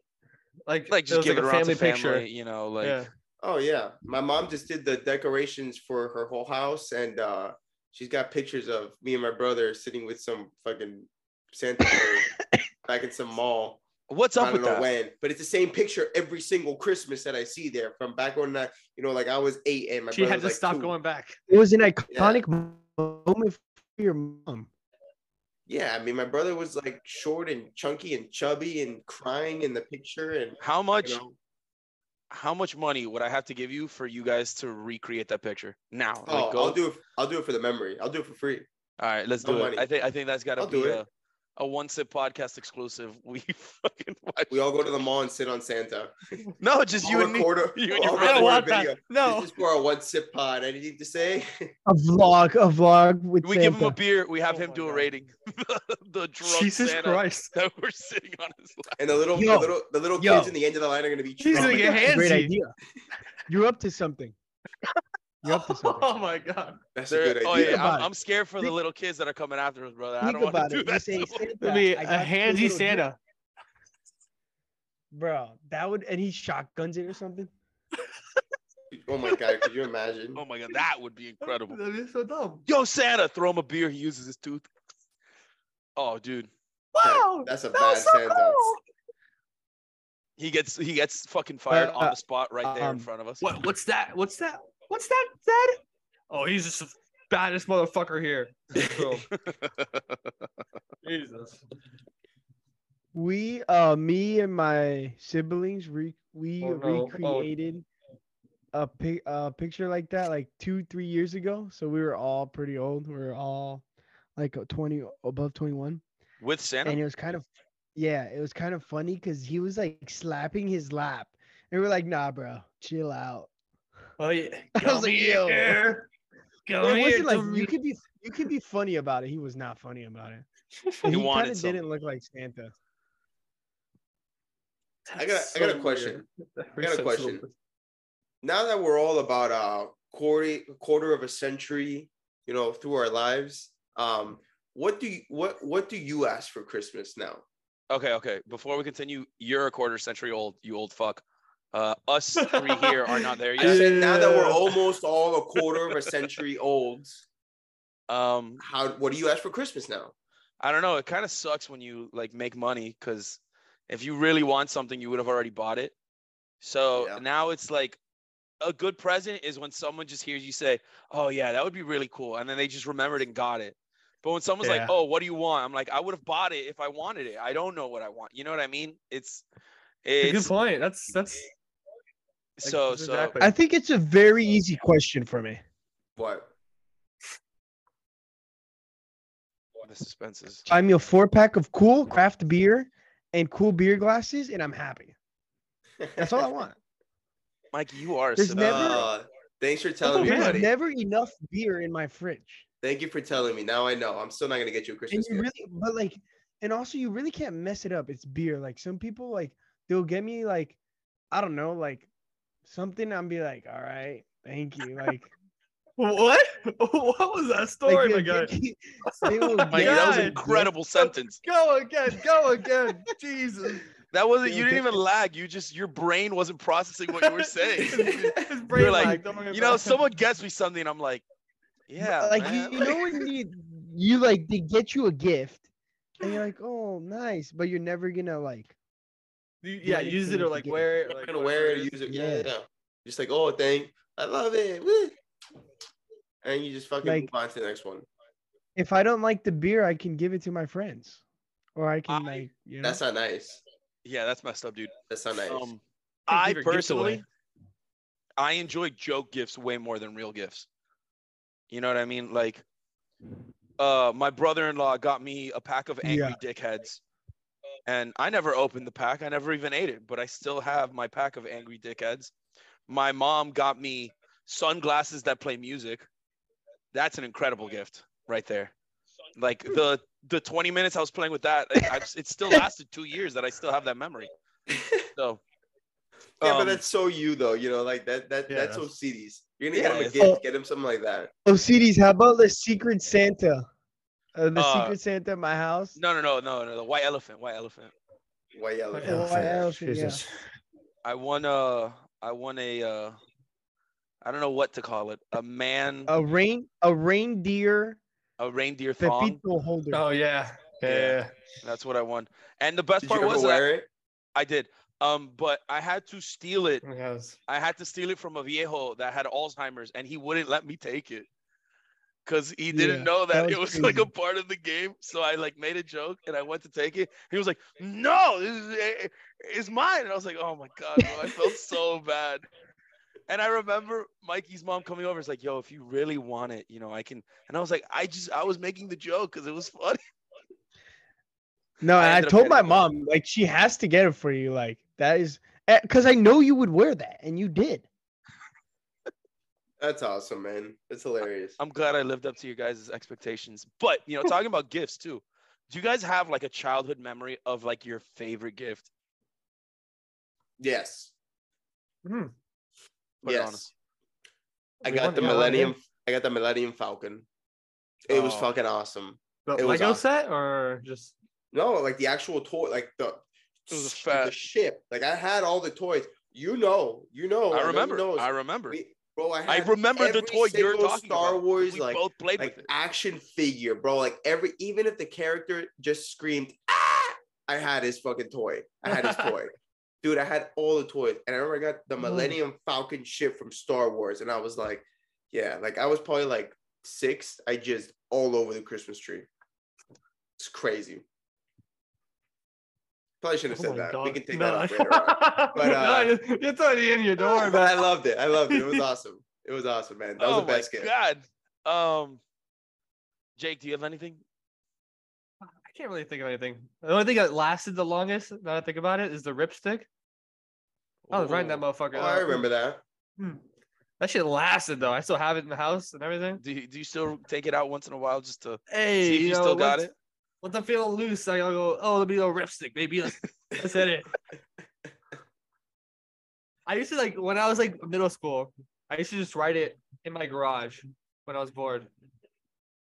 Speaker 3: Like,
Speaker 2: Like just
Speaker 3: was
Speaker 2: give
Speaker 3: like
Speaker 2: it
Speaker 3: a
Speaker 2: around to family,
Speaker 3: picture.
Speaker 2: you know, like
Speaker 3: yeah,
Speaker 1: Oh yeah, my mom just did the decorations for her whole house, and uh, she's got pictures of me and my brother sitting with some fucking Santa Claus back in some mall.
Speaker 2: what's
Speaker 1: I
Speaker 2: up
Speaker 1: don't
Speaker 2: with
Speaker 1: know
Speaker 2: that?
Speaker 1: when, but it's the same picture every single Christmas that I see there from back when I, you know, like I was eight and my
Speaker 3: she
Speaker 1: brother
Speaker 3: had to
Speaker 1: was, like,
Speaker 3: stop
Speaker 1: two.
Speaker 3: going back.
Speaker 4: It was an iconic moment for your mom.
Speaker 1: Yeah, I mean, my brother was like short and chunky and chubby and crying in the picture, and
Speaker 2: How much
Speaker 1: you know,
Speaker 2: how much money would I have to give you for you guys to recreate that picture now? Like,
Speaker 1: oh,
Speaker 2: go-
Speaker 1: I'll do it. I'll do it for the memory. I'll do it for free.
Speaker 2: All right, let's
Speaker 1: No
Speaker 2: do
Speaker 1: money.
Speaker 2: it. I think I think that's got to
Speaker 1: I'll do
Speaker 2: be
Speaker 1: it.
Speaker 2: a, a one sip podcast exclusive. We fucking watch.
Speaker 1: We all go to the mall and sit on Santa.
Speaker 2: no, just you
Speaker 1: I'll
Speaker 2: and me.
Speaker 1: record a-
Speaker 2: you and
Speaker 1: I'll record
Speaker 2: your brother. I don't
Speaker 1: a
Speaker 2: want
Speaker 1: video.
Speaker 3: No,
Speaker 1: This is for a one sip pod. Anything to say?
Speaker 4: A vlog, a vlog with
Speaker 2: We
Speaker 4: Santa.
Speaker 2: give him a beer. We have
Speaker 3: Oh
Speaker 2: him
Speaker 3: my
Speaker 2: do a
Speaker 3: God.
Speaker 2: rating. the, the drunk
Speaker 3: Jesus
Speaker 2: Santa
Speaker 3: Christ.
Speaker 2: that we're sitting on his lap.
Speaker 1: And the little,
Speaker 4: Yo.
Speaker 1: the little, the little
Speaker 4: Yo.
Speaker 1: kids in the end of the line are gonna be.
Speaker 3: He's gonna
Speaker 1: traumatized.
Speaker 3: get
Speaker 4: That's a great
Speaker 3: handsy.
Speaker 4: idea. You're up to something. You're up to something.
Speaker 3: Oh my god.
Speaker 1: That's a
Speaker 2: They're-
Speaker 1: good idea.
Speaker 2: Oh
Speaker 4: Think
Speaker 2: yeah,
Speaker 4: about
Speaker 2: I'm,
Speaker 4: it.
Speaker 2: I'm scared for the
Speaker 4: Think-
Speaker 2: little kids that are coming after us, brother. I
Speaker 4: Think
Speaker 2: don't want
Speaker 4: about
Speaker 2: to do
Speaker 4: it. You
Speaker 2: that.
Speaker 4: say
Speaker 2: to them.
Speaker 4: Santa.
Speaker 3: It'll be
Speaker 4: I
Speaker 3: a
Speaker 4: got you
Speaker 3: handsy
Speaker 4: little gift."
Speaker 3: Santa.
Speaker 4: Bro, that would and he shotguns it or something.
Speaker 1: Oh my god, could you imagine?
Speaker 2: Oh my god, that would be incredible.
Speaker 3: That'd be so dumb.
Speaker 2: Yo, Santa, throw him a beer. He uses his tooth. Oh, dude,
Speaker 3: Wow.
Speaker 1: That's a
Speaker 3: that
Speaker 1: bad
Speaker 3: was so
Speaker 1: Santa.
Speaker 3: cool.
Speaker 2: he gets he gets fucking fired
Speaker 4: Uh,
Speaker 2: on
Speaker 4: uh,
Speaker 2: the spot right there in
Speaker 4: um,
Speaker 2: front of us.
Speaker 3: What? What's that? What's that? What's that, Dad? Oh, he's just the baddest motherfucker here. Boom. Jesus.
Speaker 4: We, uh, me and my siblings, re- we
Speaker 3: Oh, no. Oh.
Speaker 4: recreated a pic, a picture like that, like two, three years ago. So we were all pretty old. We were all like uh, twenty, above twenty-one,
Speaker 2: With Santa?
Speaker 4: and it was kind of, yeah, it was kind of funny because he was like slapping his lap, and we were like, "Nah, bro, chill out."
Speaker 3: Oh yeah.
Speaker 4: I was like, yo.
Speaker 3: Come
Speaker 4: It
Speaker 3: here.
Speaker 4: wasn't like
Speaker 3: to
Speaker 4: you
Speaker 3: me.
Speaker 4: could be, you could be funny about it. He was not funny about it.
Speaker 2: He
Speaker 4: And He, kind
Speaker 2: wanted
Speaker 4: of
Speaker 2: some.
Speaker 4: didn't look like Santa.
Speaker 1: I got a- I got a question.
Speaker 3: weird.
Speaker 1: I got a question. Now that we're all about a quarter quarter of a century, you know, through our lives, um, what do you what what do you ask for Christmas now?
Speaker 2: Okay, okay. Before we continue, you're a quarter century old, you old fuck. Uh, us three here are not there
Speaker 1: I
Speaker 2: yet.
Speaker 1: said now that we're
Speaker 3: Yeah.
Speaker 1: almost all a quarter of a century old,
Speaker 2: Um,
Speaker 1: how what do you ask for Christmas now?
Speaker 2: I don't know. It kind of sucks when you like make money because if you really want something, you would have already bought it. So
Speaker 1: Yeah.
Speaker 2: now it's like a good present is when someone just hears you say, "Oh yeah, that would be really cool," and then they just remembered and got it. But when someone's
Speaker 3: Yeah.
Speaker 2: like, "Oh, what do you want?" I'm like, "I would have bought it if I wanted it. I don't know what I want." You know what I mean? It's
Speaker 3: It's a good
Speaker 2: it's
Speaker 3: point. That's that's like,
Speaker 2: so
Speaker 3: that's
Speaker 2: so.
Speaker 3: exactly-
Speaker 4: I think it's a very easy question for me.
Speaker 1: What?
Speaker 2: Oh, The suspense is.
Speaker 4: Buy me a four pack of cool craft beer and cool beer glasses, and I'm happy. That's all I want.
Speaker 2: Mike, you are. a
Speaker 4: There's
Speaker 2: savage,
Speaker 4: never-
Speaker 2: bro.
Speaker 1: Uh, thanks for telling me,
Speaker 3: Okay.
Speaker 4: There's
Speaker 1: buddy.
Speaker 4: never enough beer in my fridge.
Speaker 1: Thank you for telling me. Now I know. I'm still not gonna get you a
Speaker 4: And
Speaker 1: Christmas
Speaker 4: you
Speaker 1: gift.
Speaker 4: really, but like, and also you really can't mess it up. It's beer. Like some people, like they'll get me like, I don't know, like something. I'm be like, all right, thank you. Like,
Speaker 3: what? What was that story,
Speaker 4: like,
Speaker 3: my guy?
Speaker 4: they'll get- they will
Speaker 2: Mike,
Speaker 4: get
Speaker 2: that was
Speaker 4: me
Speaker 2: an
Speaker 4: a
Speaker 3: God.
Speaker 2: incredible sentence.
Speaker 3: Go again. Go again. Jesus.
Speaker 2: That wasn't.
Speaker 4: Yeah,
Speaker 2: You didn't
Speaker 4: okay.
Speaker 2: even lag. You just your brain wasn't processing what you were saying.
Speaker 3: His brain
Speaker 2: You're like,
Speaker 3: lagged, don't worry
Speaker 2: you know,
Speaker 3: about it.
Speaker 2: someone gets me something, and I'm like, yeah,
Speaker 4: like
Speaker 2: man,
Speaker 4: you, you
Speaker 2: like-
Speaker 4: know when you you like they get you a gift and you're like oh nice but you're never gonna like
Speaker 3: You- yeah,
Speaker 4: like,
Speaker 3: use it or
Speaker 4: someone
Speaker 3: like
Speaker 4: forget.
Speaker 3: wear it. or,
Speaker 1: I'm
Speaker 3: Like,
Speaker 1: gonna
Speaker 3: whatever
Speaker 1: wear
Speaker 3: it
Speaker 1: it,
Speaker 3: is.
Speaker 1: use it. Yeah,
Speaker 4: Yeah.
Speaker 1: yeah. Just like, oh, thing, I love it. woo." And you just fucking
Speaker 4: Like-
Speaker 1: move on to the next one.
Speaker 4: if i don't like the beer i can give it to my friends or i can
Speaker 2: I-
Speaker 4: like you know
Speaker 1: That's not nice.
Speaker 2: yeah, that's messed up, dude.
Speaker 1: That's not nice.
Speaker 2: Um,
Speaker 3: Give
Speaker 2: I
Speaker 3: your gift
Speaker 2: personally,
Speaker 3: away.
Speaker 2: I enjoy joke gifts way more than real gifts. You know what I mean? Like, uh, my brother-in-law got me a pack of angry dickheads, and I never opened the pack. I never even ate it, but I still have my pack of angry dickheads. My mom got me sunglasses that play music. That's an incredible gift right there. Like the the 20 minutes I was playing with that, I- I- it still lasted two years that I still have that memory. So
Speaker 1: Yeah, but
Speaker 2: um,
Speaker 1: that's so you though. You know, like that. That
Speaker 3: Yeah,
Speaker 1: that's so
Speaker 3: that's-
Speaker 1: CDs. You're gonna get him a
Speaker 2: Yeah.
Speaker 1: gift. Get him something like that.
Speaker 4: OCDs, Oh, how about the Secret Santa? Uh, the
Speaker 2: Uh,
Speaker 4: Secret Santa at my house.
Speaker 2: no, no, no, no, no. The white elephant, white elephant.
Speaker 1: Why yellow?
Speaker 4: Yeah. Elephant. elephant,
Speaker 3: Jesus.
Speaker 2: I won a, I won a, uh, I don't know what to call it. A man,
Speaker 1: Oh.
Speaker 4: A rain, a reindeer
Speaker 2: a reindeer thong.
Speaker 4: pepito holder.
Speaker 3: Oh yeah. Yeah.
Speaker 2: Yeah. That's what I won. And the best
Speaker 1: Did you
Speaker 2: part
Speaker 1: ever
Speaker 2: was that
Speaker 1: wear it?
Speaker 2: I did. Um, but I had to steal it.
Speaker 3: yeah. It has-
Speaker 2: I had to steal it from a viejo that had Alzheimer's, and he wouldn't let me take it because he didn't
Speaker 4: Yeah,
Speaker 2: know that,
Speaker 4: that
Speaker 2: it was
Speaker 4: was
Speaker 2: like a
Speaker 4: crazy.
Speaker 2: part of the game. So I like made a joke, and I went to take it. He was like, "No, this is eh, it's mine," and I was like, "Oh my god, bro, I felt so bad." And I remember Mikey's mom coming over. It's like, "Yo, if you really want it, you know, I can." And I was like, "I just I was making the joke because it was funny."
Speaker 4: No,
Speaker 2: I
Speaker 4: and I
Speaker 2: ended up
Speaker 4: told
Speaker 2: getting
Speaker 4: my
Speaker 2: it.
Speaker 4: mom like she has to get it for you. Like that is because I know you would wear that, and you did.
Speaker 1: That's awesome, man. That's hilarious.
Speaker 2: I'm glad I lived up to your guys' expectations. But you know, talking about gifts too. Do you guys have like a childhood memory of like your favorite gift?
Speaker 1: yes.
Speaker 3: Hmm.
Speaker 2: Put it on
Speaker 1: yes.
Speaker 2: us.
Speaker 1: I
Speaker 3: We
Speaker 1: got
Speaker 3: want-
Speaker 1: the
Speaker 3: yeah, I want
Speaker 1: Millennium.
Speaker 3: it.
Speaker 1: I got the Millennium Falcon. It was
Speaker 2: Oh.
Speaker 1: fucking awesome.
Speaker 3: The
Speaker 1: It was
Speaker 3: Lego
Speaker 1: awesome.
Speaker 3: set or just
Speaker 1: No, like the actual toy, like the
Speaker 2: It was a
Speaker 1: sh-
Speaker 2: fat-
Speaker 1: the ship. Like I had all the toys. You know, you Oh, know.
Speaker 2: I
Speaker 1: know you
Speaker 2: remember.
Speaker 1: know.
Speaker 2: I remember.
Speaker 1: We- bro, I,
Speaker 2: I
Speaker 1: had
Speaker 2: remember the
Speaker 1: every
Speaker 2: toy you're
Speaker 1: single
Speaker 2: talking
Speaker 1: Star
Speaker 2: about.
Speaker 1: Wars,
Speaker 2: we
Speaker 1: like
Speaker 2: both played
Speaker 1: like
Speaker 2: with it.
Speaker 1: action figure, bro. Like every even if the character just screamed, ah, I had his fucking toy. I had his toy. Dude, I had all the toys. And I remember I got the
Speaker 4: Mm.
Speaker 1: Millennium Falcon ship from Star Wars. And I was like, yeah, like I was probably like six. I just all over the Christmas tree. It's crazy. Probably
Speaker 3: Oh
Speaker 1: should have said that. We can take that off later on. But, uh,
Speaker 3: no, you- you thought it in your door,
Speaker 1: But I loved it. I loved it. It was awesome. It was awesome, man. That was
Speaker 2: oh
Speaker 1: the best
Speaker 2: my
Speaker 1: gift.
Speaker 2: god. Um, Jake, do you have anything?
Speaker 3: I can't really think of anything. The only thing that lasted the longest, now that I think about it, is the ripstick. I was riding that
Speaker 2: Ooh.
Speaker 3: motherfucker.
Speaker 1: Oh, I
Speaker 3: out.
Speaker 1: remember that.
Speaker 3: Hmm. That shit lasted though. I still have it in the house and everything.
Speaker 2: Do you, do you still take it out once in a while just to
Speaker 3: Hey,
Speaker 2: see if you,
Speaker 3: know,
Speaker 2: still got
Speaker 3: once-
Speaker 2: it?
Speaker 3: Once I'm feeling loose, I go, oh, let me go ripstick, baby. That's it. I used to like when I was like middle school, I used to just write it in my garage when I was bored.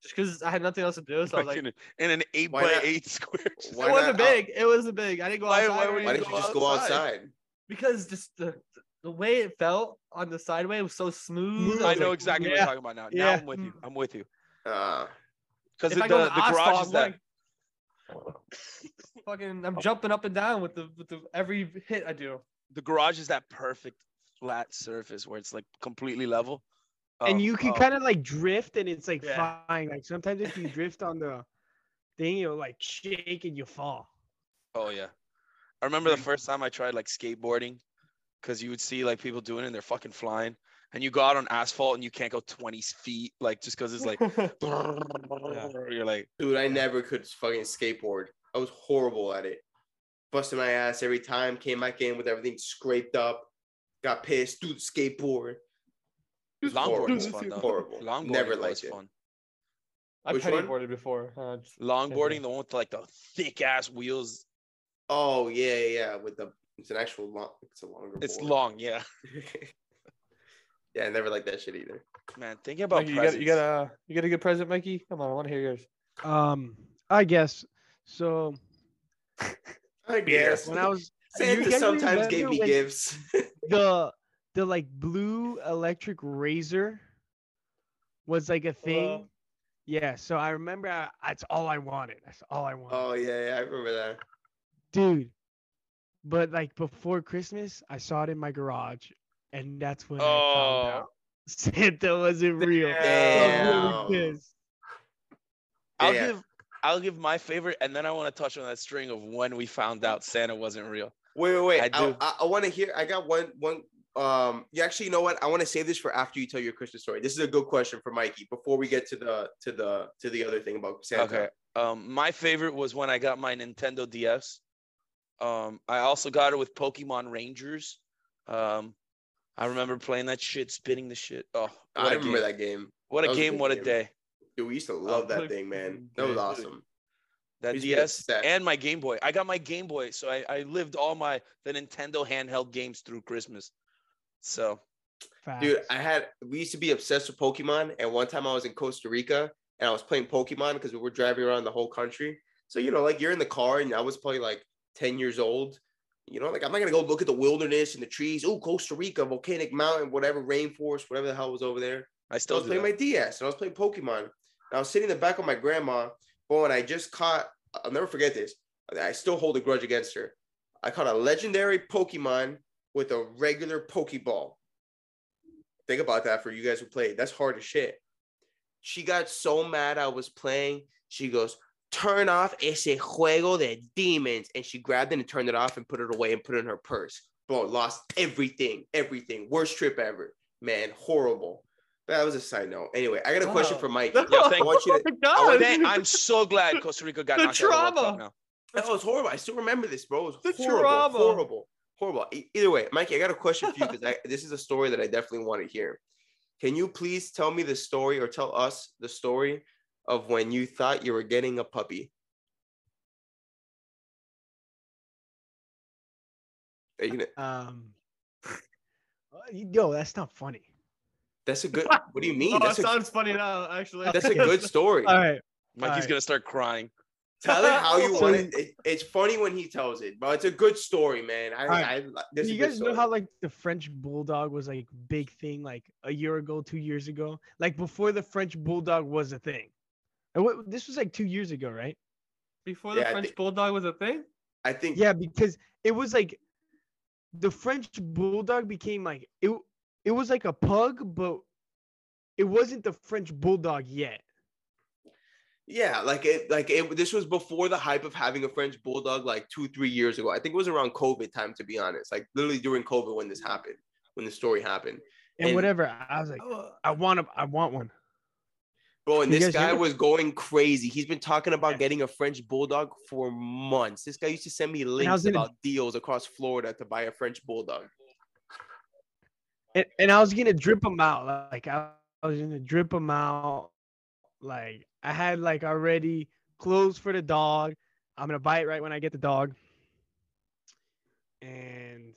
Speaker 3: Just because I had nothing else to do. So I was
Speaker 2: Like
Speaker 3: like,
Speaker 2: in, a- in an eight
Speaker 1: Why
Speaker 2: by
Speaker 1: not?
Speaker 2: eight square. just-
Speaker 1: Why
Speaker 3: it wasn't
Speaker 1: not out-
Speaker 3: big. It wasn't big. I didn't go
Speaker 2: Why-
Speaker 3: outside.
Speaker 2: why
Speaker 3: or
Speaker 2: would you
Speaker 1: Why
Speaker 3: anything.
Speaker 1: didn't you
Speaker 2: go
Speaker 1: just go
Speaker 2: outside?
Speaker 1: outside?
Speaker 3: because just the the way it felt on the sideway was so smooth.
Speaker 2: I
Speaker 3: was
Speaker 2: know
Speaker 3: like,
Speaker 2: exactly what
Speaker 3: yeah.
Speaker 2: you're talking about now. Now
Speaker 4: Yeah.
Speaker 2: I'm with you.
Speaker 3: Mm.
Speaker 2: I'm with you.
Speaker 1: Ah,
Speaker 2: Because
Speaker 3: If
Speaker 2: the,
Speaker 3: I
Speaker 2: the,
Speaker 3: go to
Speaker 2: the
Speaker 3: Oshkosh,
Speaker 2: garage is
Speaker 3: I'm
Speaker 2: that
Speaker 3: like- fucking, I'm jumping up and down with the with the every hit I do.
Speaker 2: the garage is that perfect flat surface where it's like completely level. Um,
Speaker 4: and you can
Speaker 2: oh,
Speaker 4: kind of like drift, and it's like
Speaker 3: Yeah.
Speaker 4: fine. Like sometimes if you drift on the thing, you'll like shake and you fall.
Speaker 2: Oh yeah, I remember the first time I tried like skateboarding, because you would see like people doing it and they're fucking flying, and you go out on asphalt and you can't go 20 feet like just because it's like you're like
Speaker 1: dude, I never could fucking skateboard. I was horrible at it. Busting my ass every time. Came back in with everything scraped up. Got pissed. Dude, skateboard. It's
Speaker 2: longboarding is
Speaker 1: horrible.
Speaker 2: fun though.
Speaker 1: Horrible.
Speaker 2: Longboarding
Speaker 1: never
Speaker 2: was
Speaker 1: liked it.
Speaker 2: fun.
Speaker 3: I
Speaker 1: Which one?
Speaker 3: boarded before. Uh, it's-
Speaker 2: Longboarding, the one with like the thick ass wheels.
Speaker 1: Oh yeah, yeah. yeah, With the it's an actual long. It's a longer.
Speaker 2: It's
Speaker 1: board.
Speaker 2: long, yeah.
Speaker 1: yeah, I never liked that shit either.
Speaker 2: Man, thinking about
Speaker 3: Mikey, you got you
Speaker 2: presents.
Speaker 3: got a you got a good present, Mikey. Come on, I want to hear yours.
Speaker 4: Um, I guess so.
Speaker 1: I guess.
Speaker 4: When I was you
Speaker 1: Santa
Speaker 4: guys
Speaker 1: sometimes gave
Speaker 4: remember
Speaker 1: me
Speaker 4: when-
Speaker 1: gifts.
Speaker 4: the the like blue electric razor was like a thing.
Speaker 3: Hello?
Speaker 4: Yeah, so I remember I, that's all I wanted. That's all I wanted.
Speaker 1: oh yeah, yeah, I remember that.
Speaker 4: dude. But like before Christmas, I saw it in my garage, and that's when I
Speaker 2: Oh.
Speaker 4: found out Santa wasn't real. I
Speaker 1: Damn.
Speaker 4: was really pissed.
Speaker 2: I'll
Speaker 1: Yeah.
Speaker 2: give I'll give my favorite, and then I want to touch on that string of when we found out Santa wasn't real.
Speaker 1: Wait, wait, wait.
Speaker 2: I
Speaker 1: I,
Speaker 2: do.
Speaker 1: I, I want to hear. I got one, one. Um, you actually, you know what? I want to save this for after you tell your Christmas story. This is a good question for Mikey before we get to the to the to the other thing about Santa.
Speaker 2: Okay. Um, my favorite was when I got my Nintendo DS. Um, I also got it with Pokemon Rangers. Um, I remember playing that shit, spinning the shit. Oh, what
Speaker 1: I
Speaker 2: a
Speaker 1: remember
Speaker 2: game.
Speaker 1: that game.
Speaker 2: What
Speaker 1: that
Speaker 2: a
Speaker 1: was a
Speaker 2: game,
Speaker 1: good
Speaker 2: what a
Speaker 1: game.
Speaker 2: day.
Speaker 1: Dude, we used to love that
Speaker 3: like-
Speaker 1: thing, man. That was
Speaker 3: Yeah.
Speaker 1: awesome.
Speaker 2: That
Speaker 1: He's been
Speaker 2: DS
Speaker 1: set.
Speaker 2: and my Game Boy. I got my Game Boy, so I, I lived all my the Nintendo handheld games through Christmas. So
Speaker 1: Dude,
Speaker 4: Facts.
Speaker 1: I had we used to be obsessed with Pokemon, and one time I was in Costa Rica and I was playing Pokemon because we were driving around the whole country. So you know, like you're in the car, and I was probably like ten years old. You know, like I'm not gonna go look at the wilderness and the trees. Oh, Costa Rica, volcanic mountain, whatever rainforest, whatever the hell was over there.
Speaker 2: I
Speaker 1: I
Speaker 2: still
Speaker 1: was
Speaker 2: do
Speaker 1: playing
Speaker 2: that.
Speaker 1: my DS and I was playing Pokemon. And I was sitting in the back of my grandma, bro, and I just caught, I'll never forget this. I still hold a grudge against her. I caught a legendary Pokemon with a regular Pokeball. Think about that for you guys who played. That's hard as shit. She got so mad I was playing. She goes, Turn off ese juego de demons. And she grabbed it and turned it off and put it away and put it in her purse. Bro, lost everything, everything. Worst trip ever. Man, horrible. But that was a side note. Anyway, I got a question
Speaker 4: Wow.
Speaker 1: for Mike.
Speaker 2: Yeah,
Speaker 1: I
Speaker 2: thank-
Speaker 1: want you to.
Speaker 2: Oh,
Speaker 4: God.
Speaker 2: man, I'm so glad Costa Rica got
Speaker 4: The
Speaker 2: knocked out of the World Cup
Speaker 4: trauma.
Speaker 2: now.
Speaker 1: That was horrible. I still remember this, bro. It
Speaker 4: The
Speaker 1: was horrible,
Speaker 4: trauma.
Speaker 1: horrible, horrible. E- Either way, Mikey, I got a question for you because this is a story that I definitely want to hear. Can you please tell me the story or tell us the story of when you thought you were getting a puppy? Are you gonna-
Speaker 4: Um, uh, yo, that's not funny.
Speaker 1: that's a good. What do you mean?
Speaker 3: Oh, it
Speaker 1: That's a,
Speaker 3: sounds funny now, actually.
Speaker 1: that's a good story.
Speaker 4: All right.
Speaker 2: Mikey's
Speaker 4: Alright.
Speaker 2: gonna start crying.
Speaker 1: Tell it how you
Speaker 4: So-
Speaker 1: want it. It- It's funny when he tells it, but it's a good story, man. I,
Speaker 4: Alright.
Speaker 1: I, this is a
Speaker 4: you
Speaker 1: good
Speaker 4: guys know
Speaker 1: story.
Speaker 4: how like the French bulldog was like big thing like a year ago, two years ago, like before the French bulldog was a thing. And what this was like two years ago, right?
Speaker 3: Before the
Speaker 1: Yeah, I
Speaker 3: French
Speaker 1: think-
Speaker 3: bulldog was a thing.
Speaker 1: I think.
Speaker 4: Yeah, because it was like the French bulldog became like it. It was like a pug, but it wasn't the French bulldog yet.
Speaker 1: Yeah, like it, like it. This was before the hype of having a French bulldog, like two, three years ago. I think it was around COVID time, to be honest. Like literally during COVID when this happened, when the story happened,
Speaker 4: And,
Speaker 1: And- Oh.
Speaker 4: whatever, I I was like, I want a, I want one.
Speaker 1: bro. And
Speaker 4: You
Speaker 1: this
Speaker 4: guys hear
Speaker 1: guy
Speaker 4: me?
Speaker 1: was going crazy. He's been talking about
Speaker 4: Yes.
Speaker 1: getting a French bulldog for months. This guy used to send me links
Speaker 4: was in a-
Speaker 1: about deals across Florida to buy a French bulldog.
Speaker 4: and, and I was gonna drip them out. Like I, I was gonna drip them out. Like I had like already clothes for the dog. I'm gonna buy it right when I get the dog. And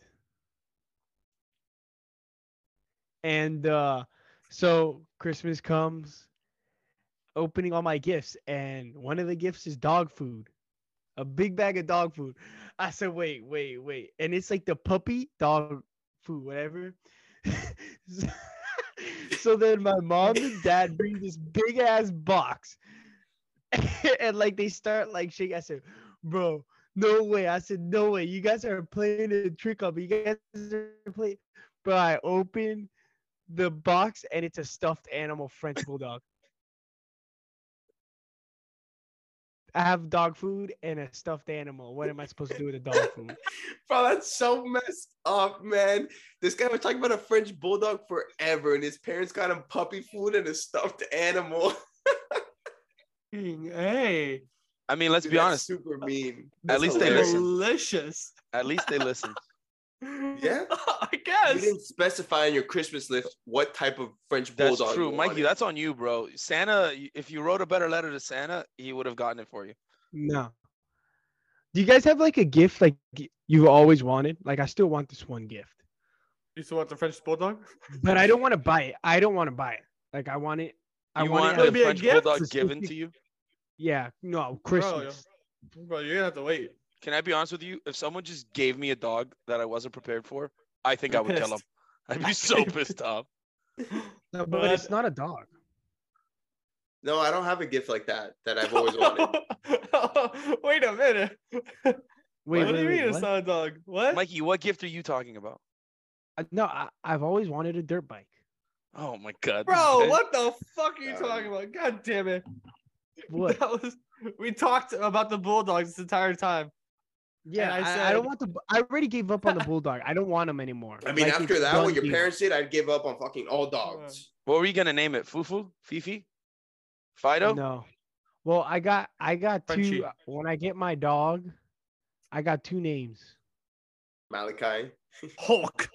Speaker 4: and uh so Christmas comes, opening all my gifts, and one of the gifts is dog food. A big bag of dog food. I said, wait, wait, wait. And it's like the puppy dog food, whatever. So- so then my mom and dad bring this big ass box. and like they start like shaking. I said, bro, no way. I said, no way. You guys are playing a trick on me. You guys are playing. But I open the box and it's a stuffed animal French bulldog. I have dog food and a stuffed animal. What am I supposed to do with a dog food?
Speaker 1: Bro, that's so messed up, man. This guy was talking about a French bulldog forever, and his parents got him puppy food and a stuffed animal.
Speaker 3: Hey,
Speaker 2: I mean, let's
Speaker 1: Dude,
Speaker 2: be
Speaker 1: that's
Speaker 2: honest.
Speaker 1: super mean.
Speaker 2: At
Speaker 1: That's
Speaker 2: least they
Speaker 1: hilarious.
Speaker 2: listen.
Speaker 3: delicious.
Speaker 2: At least they listen.
Speaker 1: Yeah.
Speaker 3: I
Speaker 1: You
Speaker 3: guess.
Speaker 1: didn't specify in your Christmas list what type of French
Speaker 2: That's
Speaker 1: bulldog.
Speaker 2: true,
Speaker 1: you
Speaker 2: Mikey.
Speaker 1: wanted.
Speaker 2: That's on you, bro. Santa, if you wrote a better letter to Santa, he would have gotten it for you.
Speaker 4: No. Do you guys have like a gift like y- you always wanted? Like I still want this one gift,
Speaker 3: You still want the French bulldog?
Speaker 4: but I don't want to buy it. I don't want to buy it. Like I want it. I
Speaker 2: You want
Speaker 4: want, it.
Speaker 2: a
Speaker 4: as-
Speaker 3: be a
Speaker 2: French
Speaker 3: gift?
Speaker 2: bulldog
Speaker 4: It's a
Speaker 2: given to
Speaker 4: specific-
Speaker 2: you?
Speaker 4: Yeah. No
Speaker 3: Bro,
Speaker 4: Christmas.
Speaker 3: yo- bro, you're gonna have to wait.
Speaker 2: Can I be honest with you? If someone just gave me a dog that I wasn't prepared for, I think I would kill him.
Speaker 3: Pissed.
Speaker 2: I'd be so pissed off.
Speaker 4: No, but
Speaker 3: But-
Speaker 4: it's not a dog.
Speaker 1: No, I don't have a gift like that that I've always wanted.
Speaker 3: wait a minute.
Speaker 4: Wait.
Speaker 3: what do you
Speaker 4: wait,
Speaker 3: mean
Speaker 4: wait,
Speaker 3: it's
Speaker 4: what?
Speaker 3: not a dog? What?
Speaker 2: Mikey, what gift are you talking about?
Speaker 4: I- Uh, No, I, I've always wanted a dirt bike.
Speaker 2: Oh my god. this
Speaker 3: bro,
Speaker 2: man-
Speaker 3: what the fuck are you
Speaker 1: God.
Speaker 3: talking about? God damn it.
Speaker 4: What?
Speaker 3: That was we talked about the bulldogs this entire time.
Speaker 4: Yeah.
Speaker 3: I
Speaker 4: I, I,
Speaker 3: said-
Speaker 4: don't want the. bu- I already gave up on the bulldog. I don't want him anymore.
Speaker 1: I mean,
Speaker 4: Like,
Speaker 1: after
Speaker 4: it's
Speaker 1: that, what
Speaker 4: done
Speaker 1: your
Speaker 4: deal.
Speaker 1: parents did, I'd give up on fucking all dogs.
Speaker 2: What were you gonna name it? Fufu? Fifi? Fido?
Speaker 4: No. Well, I got I got
Speaker 3: Frenchie.
Speaker 4: two. uh, When I get my dog, I got two names.
Speaker 1: Malachi.
Speaker 3: Hulk.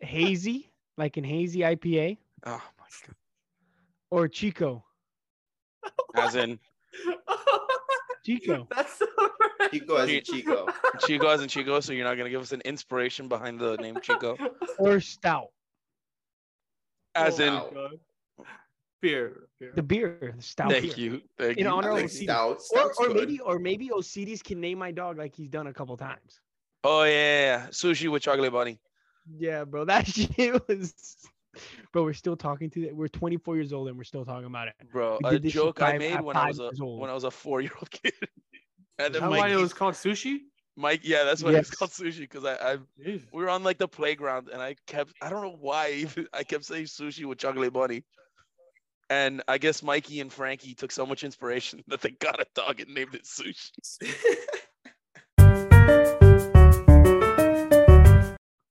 Speaker 4: hazy, like an hazy IPA,
Speaker 2: Oh my
Speaker 4: or Chico.
Speaker 2: god. As in
Speaker 4: Chico.
Speaker 3: That's so right.
Speaker 1: Chico as in Chico.
Speaker 2: Chico as in Chico, so you're not gonna give us an inspiration behind the name Chico.
Speaker 4: or stout.
Speaker 3: Oh
Speaker 2: As in
Speaker 1: Wow.
Speaker 3: beer. beer.
Speaker 4: The beer, the stout beer.
Speaker 2: thank you. Thank
Speaker 4: In
Speaker 2: you.
Speaker 4: honor of
Speaker 1: Like
Speaker 2: thank
Speaker 4: Osiris.
Speaker 2: you.
Speaker 1: stout.
Speaker 4: Or,
Speaker 1: Stout's
Speaker 4: or
Speaker 1: good.
Speaker 4: maybe or maybe OCDs can name my dog like he's done a couple times.
Speaker 2: Oh yeah, yeah, yeah. Sushi with chocolate bunny.
Speaker 4: Yeah, bro. That shit was bro, we're still talking to that. We're 24 years old and we're still talking about it.
Speaker 2: Bro,
Speaker 4: We
Speaker 2: a
Speaker 4: did this shit
Speaker 2: joke I
Speaker 4: five-
Speaker 2: made
Speaker 4: at
Speaker 2: when I
Speaker 4: five
Speaker 2: was a
Speaker 4: years old.
Speaker 2: when I was a four year old kid. and
Speaker 3: Is
Speaker 2: then
Speaker 3: that why
Speaker 2: Mike,
Speaker 3: it was called sushi?
Speaker 2: Mike, yeah, that's why it's
Speaker 4: Yes.
Speaker 2: called sushi because I, I
Speaker 3: Jeez.
Speaker 2: we were on like the playground and I kept I don't know why even- I kept saying sushi with chocolate bunny. And I guess Mikey and Frankie took so much inspiration that they got a dog and named it sushi.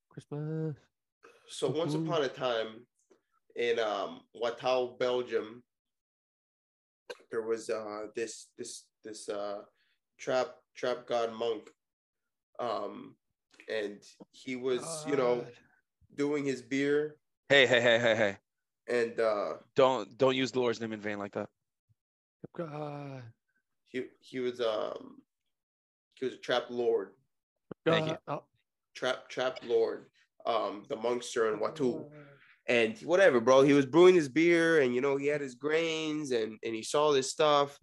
Speaker 3: Christmas.
Speaker 1: so once upon a time in um Watau, Belgium, there was uh this this this uh trap trap god monk. Um and he was, you know, doing his beer
Speaker 2: Hey, hey, hey, hey, hey.
Speaker 1: and uh
Speaker 2: Don't don't use Laura's name in vain like that.
Speaker 3: God.
Speaker 1: he he was um he was a trap lord.
Speaker 2: Thank you.
Speaker 3: God.
Speaker 1: Trap trap lord. Um the monster in Watu. and whatever, bro. He was brewing his beer, and you know he had his grains, and and he saw this stuff,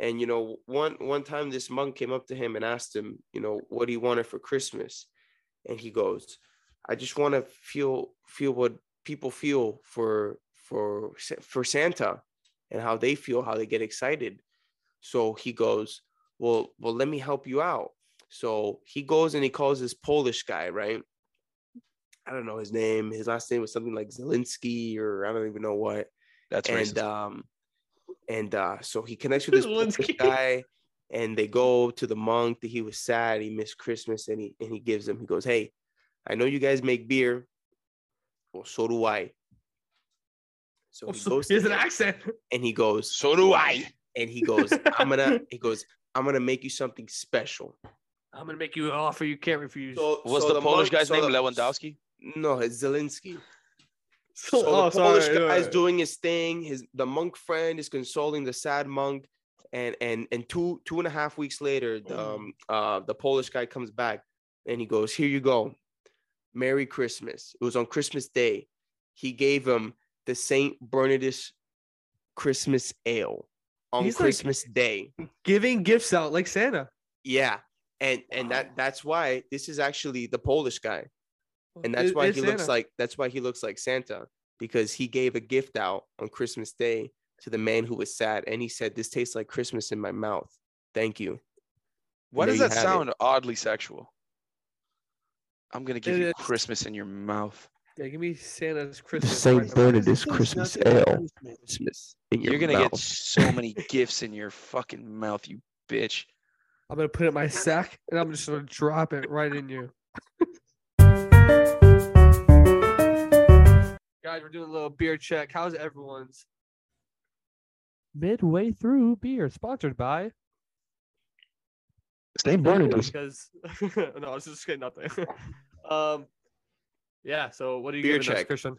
Speaker 1: and you know one one time this monk came up to him and asked him, you know, what he wanted for Christmas, and he goes, I just want to feel feel what people feel for for Sa- for Santa, and how they feel, how they get excited. So he goes, well, well, let me help you out. So he goes and he calls this Polish guy, right? I don't know his name. His last name was something like Zelinsky or I don't even know what.
Speaker 2: That's
Speaker 1: and
Speaker 2: racist.
Speaker 1: um, and uh, so he connects with this Polish
Speaker 3: Zelinsky.
Speaker 1: guy, and they go to the monk that he was sad he missed Christmas, and he and he gives him. He goes, "Hey, I know you guys make beer. Well, so do I." So
Speaker 3: Oh,
Speaker 1: he
Speaker 3: so
Speaker 1: goes
Speaker 3: He has
Speaker 1: to
Speaker 3: an
Speaker 1: him,
Speaker 3: accent.
Speaker 1: and he goes,
Speaker 2: so do I.
Speaker 1: and he goes, "I'm gonna." He goes, "I'm gonna make you something special."
Speaker 3: I'm gonna make you an offer you can't refuse.
Speaker 1: So
Speaker 2: Was
Speaker 1: so
Speaker 2: the, Polish
Speaker 1: monk-
Speaker 2: guy's
Speaker 1: so
Speaker 2: name
Speaker 1: the-
Speaker 2: Lewandowski?
Speaker 1: No, it's Zelinsky.
Speaker 3: So-
Speaker 1: So
Speaker 3: oh,
Speaker 1: the Polish
Speaker 3: sorry,
Speaker 1: guy is
Speaker 3: yeah.
Speaker 1: doing his thing. His the monk friend is consoling the sad monk, and and and two two and a half weeks later, the,
Speaker 2: Mm.
Speaker 1: um, uh, the Polish guy comes back, and he goes, "Here you go, Merry Christmas." It was on Christmas Day. He gave him the Saint Bernardus Christmas Ale on
Speaker 3: He's like-
Speaker 1: Christmas Day.
Speaker 3: giving gifts out like Santa.
Speaker 1: Yeah, and and that that's why this is actually the Polish guy and that's
Speaker 3: It-
Speaker 1: why
Speaker 3: it's
Speaker 1: he looks
Speaker 3: Santa.
Speaker 1: like that's why he looks like Santa because he gave a gift out on Christmas Day to the man who was sad, and he said, "This tastes like Christmas in my mouth. Thank you."
Speaker 2: Why
Speaker 1: there
Speaker 2: does
Speaker 1: you
Speaker 2: that
Speaker 1: have it.
Speaker 2: sound oddly sexual? I'm gonna give
Speaker 3: It
Speaker 2: you
Speaker 3: is.
Speaker 2: Christmas in your mouth.
Speaker 3: Yeah, give me Santa's Christmas.
Speaker 1: Saint
Speaker 3: present.
Speaker 1: Bernard is-
Speaker 4: There's
Speaker 1: Christmas
Speaker 4: nothing like
Speaker 1: ale.
Speaker 4: Christmas.
Speaker 1: Christmas in
Speaker 2: You're
Speaker 1: your
Speaker 2: gonna
Speaker 1: mouth.
Speaker 2: get so many gifts in your fucking mouth, you bitch.
Speaker 3: I'm gonna put it in my sack and I'm just gonna drop it right in you. Guys, we're doing a little beer check. How's everyone's? Midway through beer, sponsored by
Speaker 2: Saint Bernardus.
Speaker 3: because no, I was just kidding, nothing. um, yeah. So, what are you
Speaker 1: Beer
Speaker 3: giving us,
Speaker 1: check.
Speaker 3: Christian?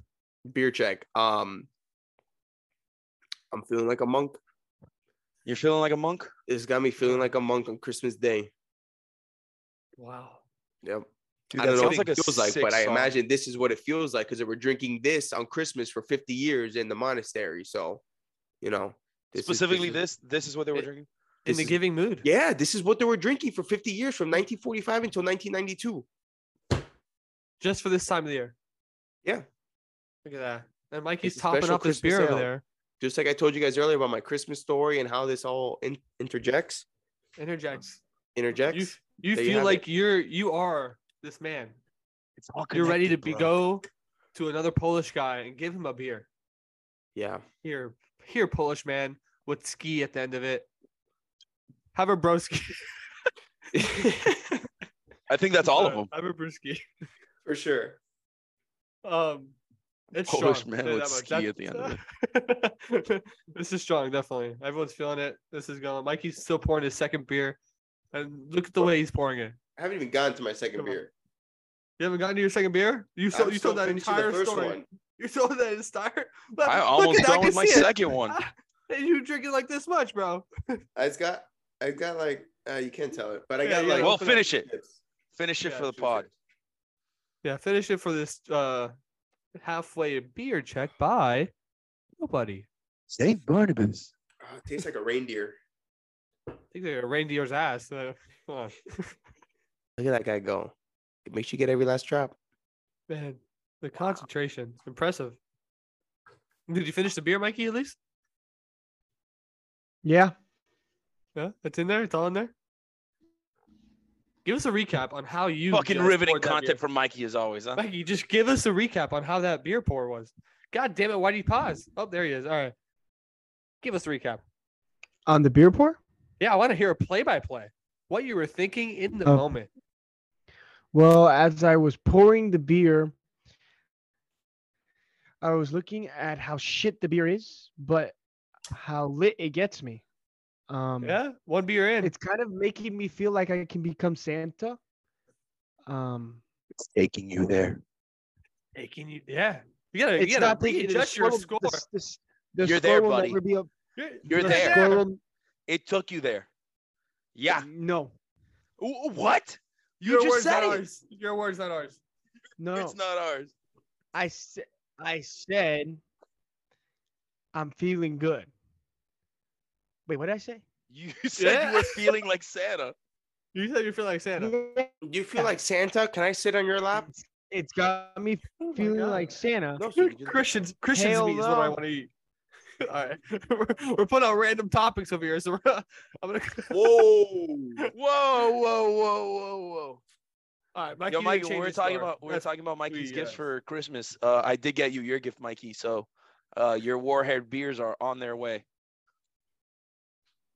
Speaker 1: beer check. Um, I'm feeling like a monk.
Speaker 2: You're feeling like a monk?
Speaker 1: This got me feeling like a monk on Christmas Day.
Speaker 3: Wow.
Speaker 1: Yep.
Speaker 2: Dude,
Speaker 1: I don't
Speaker 2: that
Speaker 1: know
Speaker 2: sounds
Speaker 1: what it
Speaker 2: a
Speaker 1: feels like,
Speaker 2: sick
Speaker 1: but I
Speaker 2: song.
Speaker 1: imagine this is what it feels like because they were drinking this on Christmas for 50 years in the monastery. So, you know, this is- this
Speaker 2: specifically
Speaker 1: is-
Speaker 2: this. This is what they were
Speaker 1: it-
Speaker 2: drinking.
Speaker 3: In
Speaker 1: This
Speaker 3: the
Speaker 1: is-
Speaker 3: giving mood.
Speaker 1: Yeah, this is what they were drinking for 50 years from 1945 until 1992.
Speaker 3: Just for this time of the year.
Speaker 1: Yeah.
Speaker 3: Look at that. And Mikey's
Speaker 1: It's a
Speaker 3: topping
Speaker 1: special
Speaker 3: up his
Speaker 1: Christmas
Speaker 3: beer over
Speaker 1: ale.
Speaker 3: there.
Speaker 1: Just like I told you guys earlier about my Christmas story and how this all in- interjects,
Speaker 3: Interjects.
Speaker 1: interjects.
Speaker 3: You you
Speaker 1: There you
Speaker 3: feel
Speaker 1: have it.
Speaker 3: like you're you are this man.
Speaker 2: It's all
Speaker 3: You're ready to be go to another Polish guy and give him a beer.
Speaker 1: yeah,
Speaker 3: Here, here, Polish man with ski at the end of it. Have a broski.
Speaker 2: I think that's all of them.
Speaker 3: Have a brewski.
Speaker 1: for sure.
Speaker 3: Um, it's
Speaker 2: Polish
Speaker 3: strong,
Speaker 2: man
Speaker 3: say
Speaker 2: with
Speaker 3: that much.
Speaker 2: ski at the
Speaker 3: That's- this is strong, definitely. Everyone's feeling it. This is going. Mikey's still pouring his second beer, and look at the way he's pouring it.
Speaker 1: I haven't even gotten to my second
Speaker 3: Come on.
Speaker 1: beer.
Speaker 3: You haven't gotten to your second beer? You
Speaker 1: I'm
Speaker 3: sold you
Speaker 1: still
Speaker 3: told that
Speaker 1: finishing
Speaker 3: entire
Speaker 1: the first
Speaker 3: story.
Speaker 1: one.
Speaker 3: You sold that entire Look,
Speaker 2: I
Speaker 3: look
Speaker 2: almost
Speaker 3: at that, I
Speaker 2: done with
Speaker 3: can
Speaker 2: my
Speaker 3: see it.
Speaker 2: second one.
Speaker 3: And you drink it like this much, bro.
Speaker 1: I just got I got like uh, you can't tell it, but I
Speaker 3: Yeah,
Speaker 1: got
Speaker 3: yeah,
Speaker 1: like
Speaker 2: well,
Speaker 1: open up
Speaker 2: finish it.
Speaker 1: chips.
Speaker 2: Finish it
Speaker 3: Yeah,
Speaker 2: for the
Speaker 1: sure,
Speaker 2: pod.
Speaker 1: sure.
Speaker 3: Yeah, finish it for this uh halfway beer check by nobody.
Speaker 2: St. Barnabas.
Speaker 1: Oh, it tastes like a reindeer.
Speaker 3: I think they're a reindeer's ass. so- come on.
Speaker 1: Look at that guy go. Make sure you get every last drop.
Speaker 3: Man, the concentration. It's impressive. Did you finish the beer, Mikey, at least?
Speaker 4: Yeah.
Speaker 3: Yeah, it's in there. It's all in there. Give us a recap on how you
Speaker 2: Fucking
Speaker 3: just
Speaker 2: riveting
Speaker 3: poured that
Speaker 2: content
Speaker 3: beer.
Speaker 2: from Mikey as always, huh?
Speaker 3: Mikey, just give us a recap on how that beer pour was. God damn it! Why did he pause? Oh, there he is. All right. Give us a recap.
Speaker 4: On the beer pour?
Speaker 3: Yeah, I want to hear a play-by-play. What you were thinking in the
Speaker 4: Oh.
Speaker 3: moment.
Speaker 4: Well, as I was pouring the beer, I was looking at how shit the beer is, but how lit it gets me. Um,
Speaker 3: Yeah, one beer in.
Speaker 4: It's kind of making me feel like I can become Santa. Um,
Speaker 2: It's taking you there.
Speaker 3: taking you. Yeah, you gotta.
Speaker 4: it's
Speaker 3: you gotta
Speaker 4: not taking
Speaker 3: readjust your score.
Speaker 4: score- the s- the s- the
Speaker 2: You're
Speaker 4: score
Speaker 2: there,
Speaker 4: will
Speaker 2: buddy.
Speaker 4: never be up-
Speaker 2: You're
Speaker 4: the
Speaker 2: there.
Speaker 4: score will-
Speaker 2: It took you there. Yeah.
Speaker 4: No,
Speaker 2: Wh- What? You
Speaker 3: Your
Speaker 2: just
Speaker 3: words,
Speaker 2: said
Speaker 3: not
Speaker 2: it.
Speaker 3: ours. Your words, not ours.
Speaker 4: no.
Speaker 2: It's not ours.
Speaker 4: I said, I said, I'm feeling good. Wait, what did I say?
Speaker 2: You said
Speaker 3: Yeah.
Speaker 2: you were feeling like Santa.
Speaker 3: You said you feel like Santa.
Speaker 4: Yeah,
Speaker 1: Do you feel like Santa? Can I sit on your lap?
Speaker 4: It's, it's got me
Speaker 3: Oh my
Speaker 4: feeling
Speaker 3: God.
Speaker 4: like Santa.
Speaker 1: No, sir, you
Speaker 3: Dude,
Speaker 1: didn't.
Speaker 3: Christians, Christians meat is what I
Speaker 4: Hello.
Speaker 3: want to eat. All right, we're, we're putting out random topics over here, so we're, I'm gonna.
Speaker 1: Whoa!
Speaker 2: Whoa, whoa, whoa, whoa, whoa.
Speaker 3: All right, Mikey,
Speaker 2: Yo,
Speaker 3: you
Speaker 2: Mikey,
Speaker 3: change
Speaker 2: when we
Speaker 3: your
Speaker 2: were talking
Speaker 3: score.
Speaker 2: about we were
Speaker 3: That's-
Speaker 2: talking about Mikey's
Speaker 3: we,
Speaker 2: gifts
Speaker 3: uh,
Speaker 2: for Christmas. Uh, I did get you your gift, Mikey. So, uh, your Warhead beers are on their way.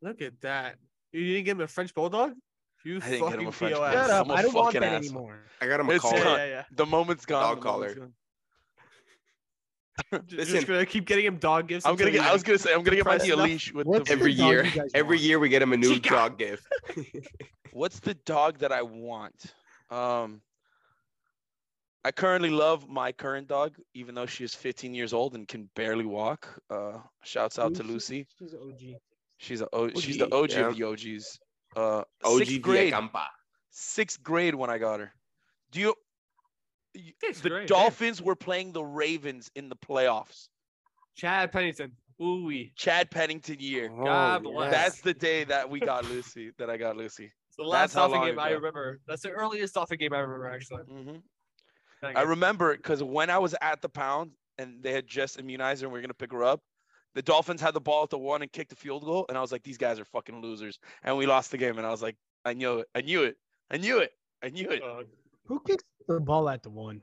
Speaker 3: Look at that! You didn't give him a French bulldog. You
Speaker 2: I didn't get him
Speaker 3: fucking
Speaker 2: a French
Speaker 3: POS.
Speaker 4: Shut
Speaker 2: Bulldog.
Speaker 4: up.
Speaker 2: I'm a
Speaker 4: I don't want
Speaker 2: fucking
Speaker 4: that
Speaker 2: asshole.
Speaker 4: anymore.
Speaker 1: I got him a
Speaker 2: It's
Speaker 1: call.
Speaker 2: not-
Speaker 3: Yeah, yeah, yeah.
Speaker 2: The moment's gone.
Speaker 1: Dog
Speaker 2: the
Speaker 1: collar.
Speaker 2: moment's gone.
Speaker 3: Ju- Just,
Speaker 1: Listen.
Speaker 3: gonna keep getting him dog gifts.
Speaker 2: I'm gonna
Speaker 3: until
Speaker 2: get. I
Speaker 3: he-
Speaker 2: was gonna say I'm gonna get
Speaker 3: Compressed
Speaker 2: Mikey a
Speaker 3: enough.
Speaker 2: leash with
Speaker 4: What's
Speaker 2: the.
Speaker 1: Every
Speaker 4: the dog
Speaker 1: year,
Speaker 4: you guys
Speaker 1: every
Speaker 4: want?
Speaker 1: year we get him a new
Speaker 3: Chica.
Speaker 1: dog gift.
Speaker 2: What's the dog that I want? Um, I currently love my current dog, even though she is 15 years old and can barely walk. Uh, shouts out to Lucy.
Speaker 4: She's an OG.
Speaker 2: She's a o- she's the OG
Speaker 1: OG,
Speaker 2: of the OGs. Uh,
Speaker 1: OG
Speaker 2: sixth grade.
Speaker 1: Villacampa.
Speaker 2: sixth grade when I got her. Do you? y-
Speaker 3: Sixth
Speaker 2: the
Speaker 3: grade, damn.
Speaker 2: Dolphins were playing the Ravens in the playoffs.
Speaker 3: Chad Pennington. Ooh wee.
Speaker 2: Chad Pennington year.
Speaker 3: God bless.
Speaker 2: That's the day that we got Lucy. That I got Lucy.
Speaker 3: It's the
Speaker 2: That's
Speaker 3: last
Speaker 2: how
Speaker 3: Dolphin
Speaker 2: long
Speaker 3: game I
Speaker 2: ago.
Speaker 3: remember. That's the earliest Dolphin game I remember actually.
Speaker 2: Mhm.
Speaker 3: Dang
Speaker 2: I
Speaker 3: it.
Speaker 2: remember it because when I was at the pound and they had just immunized her and we are gonna pick her up. The Dolphins had the ball at the one and kicked the field goal, and I was like, "These guys are fucking losers," and we lost the game. And I was like, "I knew it. I knew it. I knew it. I knew it."
Speaker 3: Uh,
Speaker 4: Who kicks the ball at the one?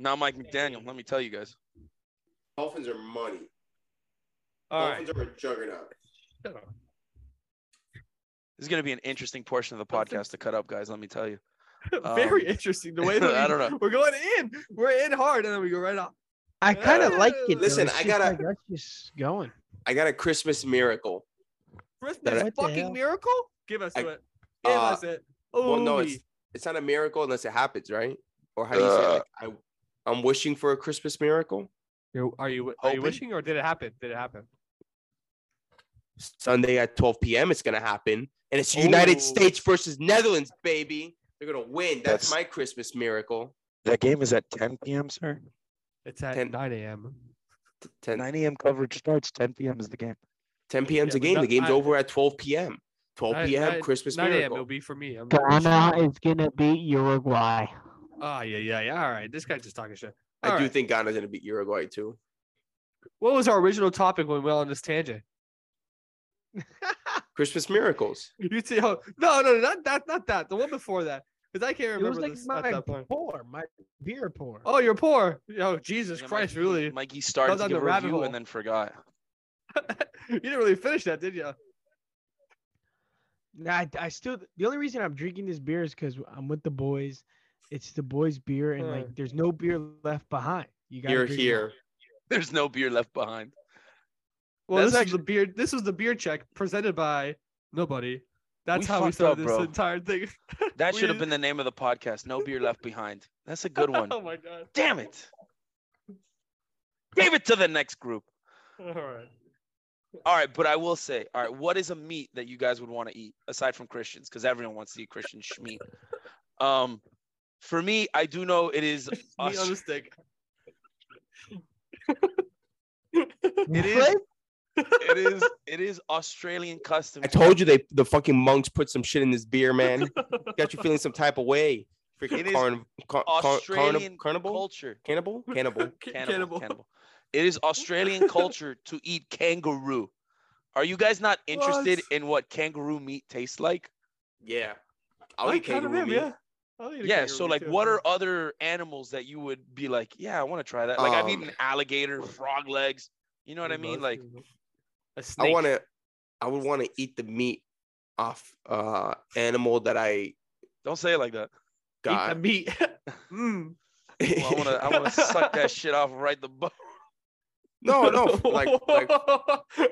Speaker 2: Not Mike McDaniel. Let me tell you guys.
Speaker 1: Dolphins are money.
Speaker 3: all right.
Speaker 1: Dolphins are a juggernaut.
Speaker 3: Shut up.
Speaker 2: This is gonna be an interesting portion of the
Speaker 3: Dolphins-
Speaker 2: podcast to cut up, guys. Let me tell you.
Speaker 3: Very
Speaker 2: Um,
Speaker 3: interesting. The way that
Speaker 2: I
Speaker 3: we-
Speaker 2: don't know.
Speaker 3: We're going in. We're in hard, and then we go right off.
Speaker 4: I kind of like it. though.
Speaker 1: Listen,
Speaker 4: It's
Speaker 1: I
Speaker 4: just
Speaker 1: gotta-
Speaker 4: like, That's just going.
Speaker 1: I got a Christmas miracle.
Speaker 3: Christmas
Speaker 4: What the hell?
Speaker 3: fucking miracle. Give us
Speaker 1: I-
Speaker 3: to it. Give
Speaker 1: Uh,
Speaker 3: us it. Oh
Speaker 1: well, no, it's it's not a miracle unless it happens, right? Or how do you
Speaker 2: Uh.
Speaker 1: say? Like, I, I'm wishing for a Christmas miracle.
Speaker 3: are you are you
Speaker 1: hoping.
Speaker 3: wishing or did it happen? Did it happen?
Speaker 1: Sunday at 12 p.m. It's gonna happen, and it's United
Speaker 2: Ooh.
Speaker 1: States versus Netherlands, baby. They're gonna win. That's,
Speaker 2: That's-
Speaker 1: my Christmas miracle.
Speaker 2: That game is at 10 p.m., sir.
Speaker 3: It's at
Speaker 1: Ten-
Speaker 3: 9 a.m.
Speaker 1: 10,
Speaker 2: 9 a.m. coverage starts. 10 p.m. is the game.
Speaker 1: 10 p.m. is the
Speaker 3: Yeah, but
Speaker 1: game.
Speaker 3: no-
Speaker 1: the game's
Speaker 3: I-
Speaker 1: over at 12 p.m. 12
Speaker 3: Nine-
Speaker 1: p.m.
Speaker 3: nine-
Speaker 1: Christmas
Speaker 3: 9 a.m. It'll
Speaker 1: miracle.
Speaker 3: be for me. I'm
Speaker 4: Ghana is gonna beat Uruguay.
Speaker 3: Oh, yeah, yeah, yeah. All right. This guy's just talking shit.
Speaker 1: I
Speaker 3: All
Speaker 1: do
Speaker 3: right.
Speaker 1: think Ghana's gonna beat Uruguay too.
Speaker 3: What was our original topic when we went on this tangent?
Speaker 1: Christmas miracles.
Speaker 3: You see, oh, no, no, no, not that, not that. The one before that, because I can't
Speaker 4: It was
Speaker 3: remember
Speaker 4: like
Speaker 3: this at
Speaker 4: my
Speaker 3: that point.
Speaker 4: pour, my beer pour.
Speaker 3: Oh, you're poor. Oh, Jesus
Speaker 2: Yeah,
Speaker 3: Christ,
Speaker 2: Mikey-
Speaker 3: really?
Speaker 2: Mikey started
Speaker 3: down
Speaker 2: to give
Speaker 3: the
Speaker 2: a
Speaker 3: rabbit
Speaker 2: review
Speaker 3: hole.
Speaker 2: and then forgot.
Speaker 3: you didn't really finish that, did you?
Speaker 4: Nah, I, I still the only reason I'm drinking this beer is because I'm with the boys. It's the boys' beer, and
Speaker 3: Huh.
Speaker 4: like there's no beer left behind. You got
Speaker 1: You're here.
Speaker 2: There's no beer left behind.
Speaker 3: Well,
Speaker 2: That's
Speaker 3: this is the beer. This was the beer check presented by nobody.
Speaker 2: That's how we fucked started up, this bro.
Speaker 3: entire thing.
Speaker 2: That should have
Speaker 3: We-
Speaker 2: been the name of the podcast. No beer left behind. That's a good one.
Speaker 3: Oh my god.
Speaker 2: Damn it. Give it to the next group.
Speaker 3: All right.
Speaker 2: All right, but I will say, all right, what is a meat that you guys would want to eat aside from Christians? Because everyone wants to eat Christian meat. Um, for me, I do know it is.
Speaker 3: Meat on
Speaker 2: Aust-
Speaker 3: a stick.
Speaker 2: it is. It is. It is Australian custom.
Speaker 1: I told you they the fucking monks put some shit in this beer, man. Got you feeling some type of way.
Speaker 2: It
Speaker 1: Freaking
Speaker 2: is
Speaker 1: carn, car, car,
Speaker 2: Australian
Speaker 1: carnib- carnival,
Speaker 2: culture.
Speaker 1: cannibal, cannibal.
Speaker 2: Cannibal, cannibal. It is Australian culture to eat kangaroo. Are you guys not interested
Speaker 3: What?
Speaker 2: in what kangaroo meat tastes like?
Speaker 1: yeah,
Speaker 3: I
Speaker 1: I'll eat
Speaker 3: kind of
Speaker 1: kangaroo
Speaker 3: am,
Speaker 1: meat.
Speaker 3: yeah. I'll eat a
Speaker 2: Yeah.
Speaker 3: kangaroo
Speaker 2: So,
Speaker 3: meat
Speaker 2: like,
Speaker 3: too.
Speaker 2: what are other animals that you would be like, yeah, I want to try that? Like, I've
Speaker 1: Um,
Speaker 2: eaten alligator, frog legs. You know what I
Speaker 3: Most
Speaker 2: mean? Like,
Speaker 3: people. a
Speaker 1: I
Speaker 3: snake.
Speaker 1: want to, I would want to eat the meat off uh animal that I
Speaker 2: don't say it like that.
Speaker 3: eat the
Speaker 1: got.
Speaker 3: meat. mm.
Speaker 2: Well, I want to. I want to suck that shit off right the bone.
Speaker 1: no, no, like, like
Speaker 3: okay.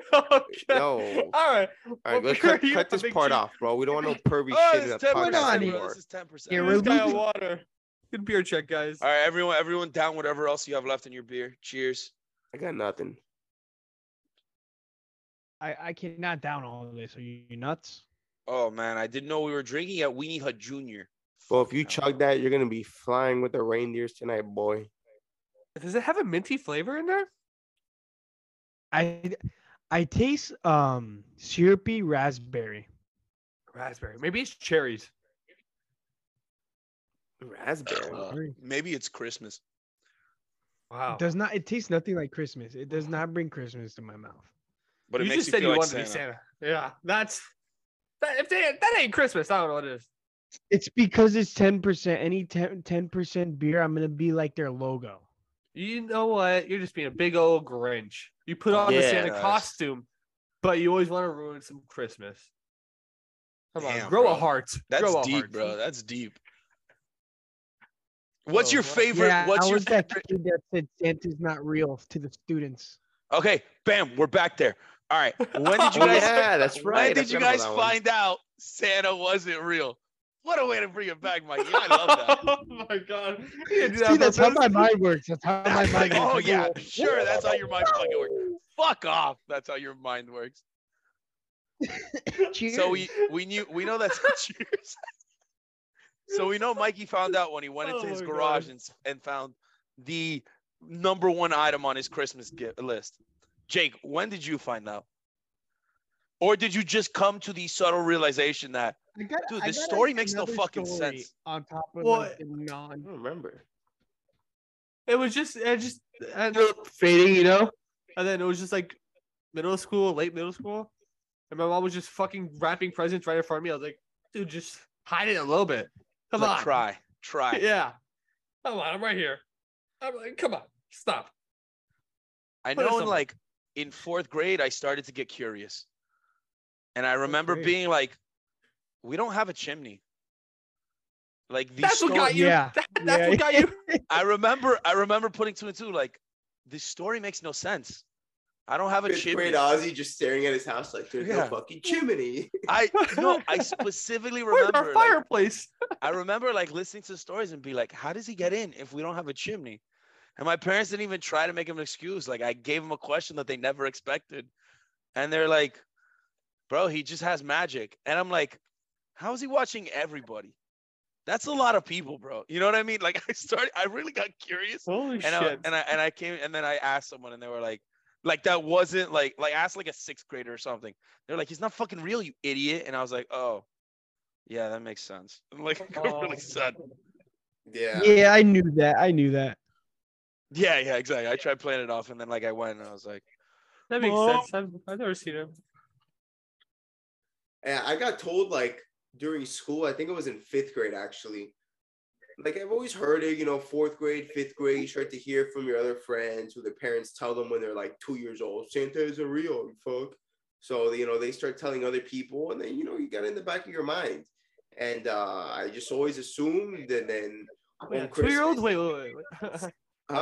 Speaker 1: no.
Speaker 3: All right.
Speaker 1: All right,
Speaker 3: Well,
Speaker 1: let's cut,
Speaker 3: you're
Speaker 1: cut
Speaker 3: a
Speaker 1: this
Speaker 3: big
Speaker 1: part
Speaker 3: cheat.
Speaker 1: off, bro. We don't want no pervy
Speaker 2: Oh,
Speaker 1: shit in
Speaker 2: it's
Speaker 1: the
Speaker 2: 10%,
Speaker 1: podcast
Speaker 4: on,
Speaker 2: bro.
Speaker 1: anymore.
Speaker 2: This is ten percent.
Speaker 4: Yeah,
Speaker 3: Give
Speaker 4: we're
Speaker 3: this guy a
Speaker 4: losing-
Speaker 3: water. Good beer check, guys.
Speaker 2: All right, everyone, everyone down. Whatever else you have left in your beer. Cheers.
Speaker 1: I got nothing.
Speaker 4: I, I cannot down all of this. Are you, you nuts?
Speaker 2: Oh man, I didn't know we were drinking at Weenie Hut Junior.
Speaker 1: Well, if you chug that, you're gonna be flying with the reindeers tonight, boy.
Speaker 3: Does it have a minty flavor in there?
Speaker 4: I I taste um syrupy raspberry.
Speaker 3: Raspberry. Maybe it's cherries.
Speaker 1: Raspberry.
Speaker 2: Uh,
Speaker 4: Very-
Speaker 2: maybe it's Christmas. Oh.
Speaker 3: Wow.
Speaker 4: Does not it tastes nothing like Christmas. It does not bring Christmas to my mouth.
Speaker 2: But it
Speaker 3: you
Speaker 2: makes
Speaker 3: just
Speaker 2: you
Speaker 3: said
Speaker 2: feel
Speaker 3: you
Speaker 2: like
Speaker 3: wanted to be
Speaker 2: Santa.
Speaker 3: Santa. Yeah, that's that. If they that ain't Christmas, I don't know what it is.
Speaker 4: It's because it's 10%. Any 10 percent beer, I'm gonna be like their logo.
Speaker 3: You know what? You're just being a big old Grinch. You put on the
Speaker 1: Yeah.
Speaker 3: Santa
Speaker 2: Yes.
Speaker 3: costume, but you always want to ruin some Christmas. Come
Speaker 2: Damn,
Speaker 3: on, grow
Speaker 2: bro.
Speaker 3: a heart.
Speaker 2: That's
Speaker 3: grow a
Speaker 2: deep,
Speaker 3: heart.
Speaker 2: bro. That's deep. What's
Speaker 3: Bro,
Speaker 2: your
Speaker 3: what?
Speaker 2: favorite?
Speaker 4: yeah,
Speaker 2: what's
Speaker 4: I
Speaker 2: your
Speaker 4: was that
Speaker 2: favorite?
Speaker 4: kid that said Santa's not real to the students.
Speaker 2: Okay, bam, we're back there. All right. When did you
Speaker 1: Oh,
Speaker 2: guys?
Speaker 1: yeah, that's
Speaker 2: When
Speaker 1: right. I
Speaker 2: did you
Speaker 1: forgot about
Speaker 2: guys
Speaker 1: that one.
Speaker 2: find out Santa wasn't real? What a way to bring it back, Mikey. I love that.
Speaker 3: oh my god. You didn't do that
Speaker 4: See, that's how
Speaker 3: on
Speaker 4: my
Speaker 3: purpose.
Speaker 4: mind works. That's how my
Speaker 2: That's
Speaker 4: mind
Speaker 2: like,
Speaker 4: works.
Speaker 2: oh
Speaker 4: I'm
Speaker 2: yeah,
Speaker 4: like,
Speaker 2: sure. That's how your mind fucking works. Fuck off. That's how your mind works.
Speaker 4: Cheers.
Speaker 2: So we we knew we know that's cheers. so we know Mikey found out when he went into
Speaker 3: Oh
Speaker 2: his
Speaker 3: my
Speaker 2: garage
Speaker 3: God.
Speaker 2: and s- and found the number one item on his Christmas gift list. Jake, when did you find out? Or did you just come to the subtle realization that
Speaker 4: I got-
Speaker 2: Dude,
Speaker 4: I
Speaker 2: this
Speaker 4: got
Speaker 2: story makes no
Speaker 4: another
Speaker 2: fucking
Speaker 4: story
Speaker 2: sense.
Speaker 4: On top of
Speaker 3: Well,
Speaker 4: like, the non
Speaker 1: I don't remember.
Speaker 3: It was just, it just I ended up fading, you know. And then it was just like middle school, late middle school, and my mom was just fucking wrapping presents right in front of me. I was like, dude, just hide it a little bit. Come
Speaker 2: like,
Speaker 3: on,
Speaker 2: try, try?
Speaker 3: yeah. Come on, I'm right here. I'm like, come on, stop.
Speaker 2: I
Speaker 3: Put it
Speaker 2: know in
Speaker 3: somewhere.
Speaker 2: like in fourth grade, I started to get curious. And I remember
Speaker 4: grade.
Speaker 2: being like, we don't have a chimney. Like these
Speaker 3: that's what got you.
Speaker 4: Yeah.
Speaker 3: that- that's
Speaker 4: Yeah.
Speaker 3: what got you.
Speaker 2: I remember I remember putting two and two, like, this story makes no sense. I don't have a chimney.
Speaker 1: Ozzy just staring at his house like
Speaker 2: there's no Yeah.
Speaker 1: fucking chimney.
Speaker 2: I no, I specifically
Speaker 3: Where's
Speaker 2: remember
Speaker 3: our
Speaker 2: like,
Speaker 3: fireplace?
Speaker 2: I remember like listening to stories and be like, how does he get in if we don't have a chimney? And my parents didn't even try to make him an excuse. Like I gave him a question that they never expected. And they're like, bro, he just has magic. And I'm like, how is he watching everybody? That's a lot of people, bro. You know what I mean? Like I started, I really got curious.
Speaker 3: Holy
Speaker 2: And I, and I and I came and then I asked someone and they were like, like that wasn't like like I asked like a sixth grader or something. They're like, he's not fucking real, you idiot. And I was like, oh, yeah, that makes sense. I'm like I'm really
Speaker 3: Oh.
Speaker 2: sad.
Speaker 1: Yeah.
Speaker 4: Yeah, I knew that. I knew that.
Speaker 2: Yeah, yeah, exactly. I tried playing it off, and then like I went and I was like,
Speaker 3: that makes
Speaker 2: Mom.
Speaker 3: sense. I've, I've never seen him.
Speaker 1: And I got told like during school, I think it was in fifth grade actually. Like I've always heard it, you know, fourth grade, fifth grade, you start to hear from your other friends who their parents tell them when they're like two years old, Santa isn't real, you fuck. So you know, they start telling other people, and then you know, you got it in the back of your mind. And uh I just always assumed and then on
Speaker 3: Two year old.
Speaker 1: Christmas-
Speaker 3: Wait, wait, wait. wait.
Speaker 1: Huh?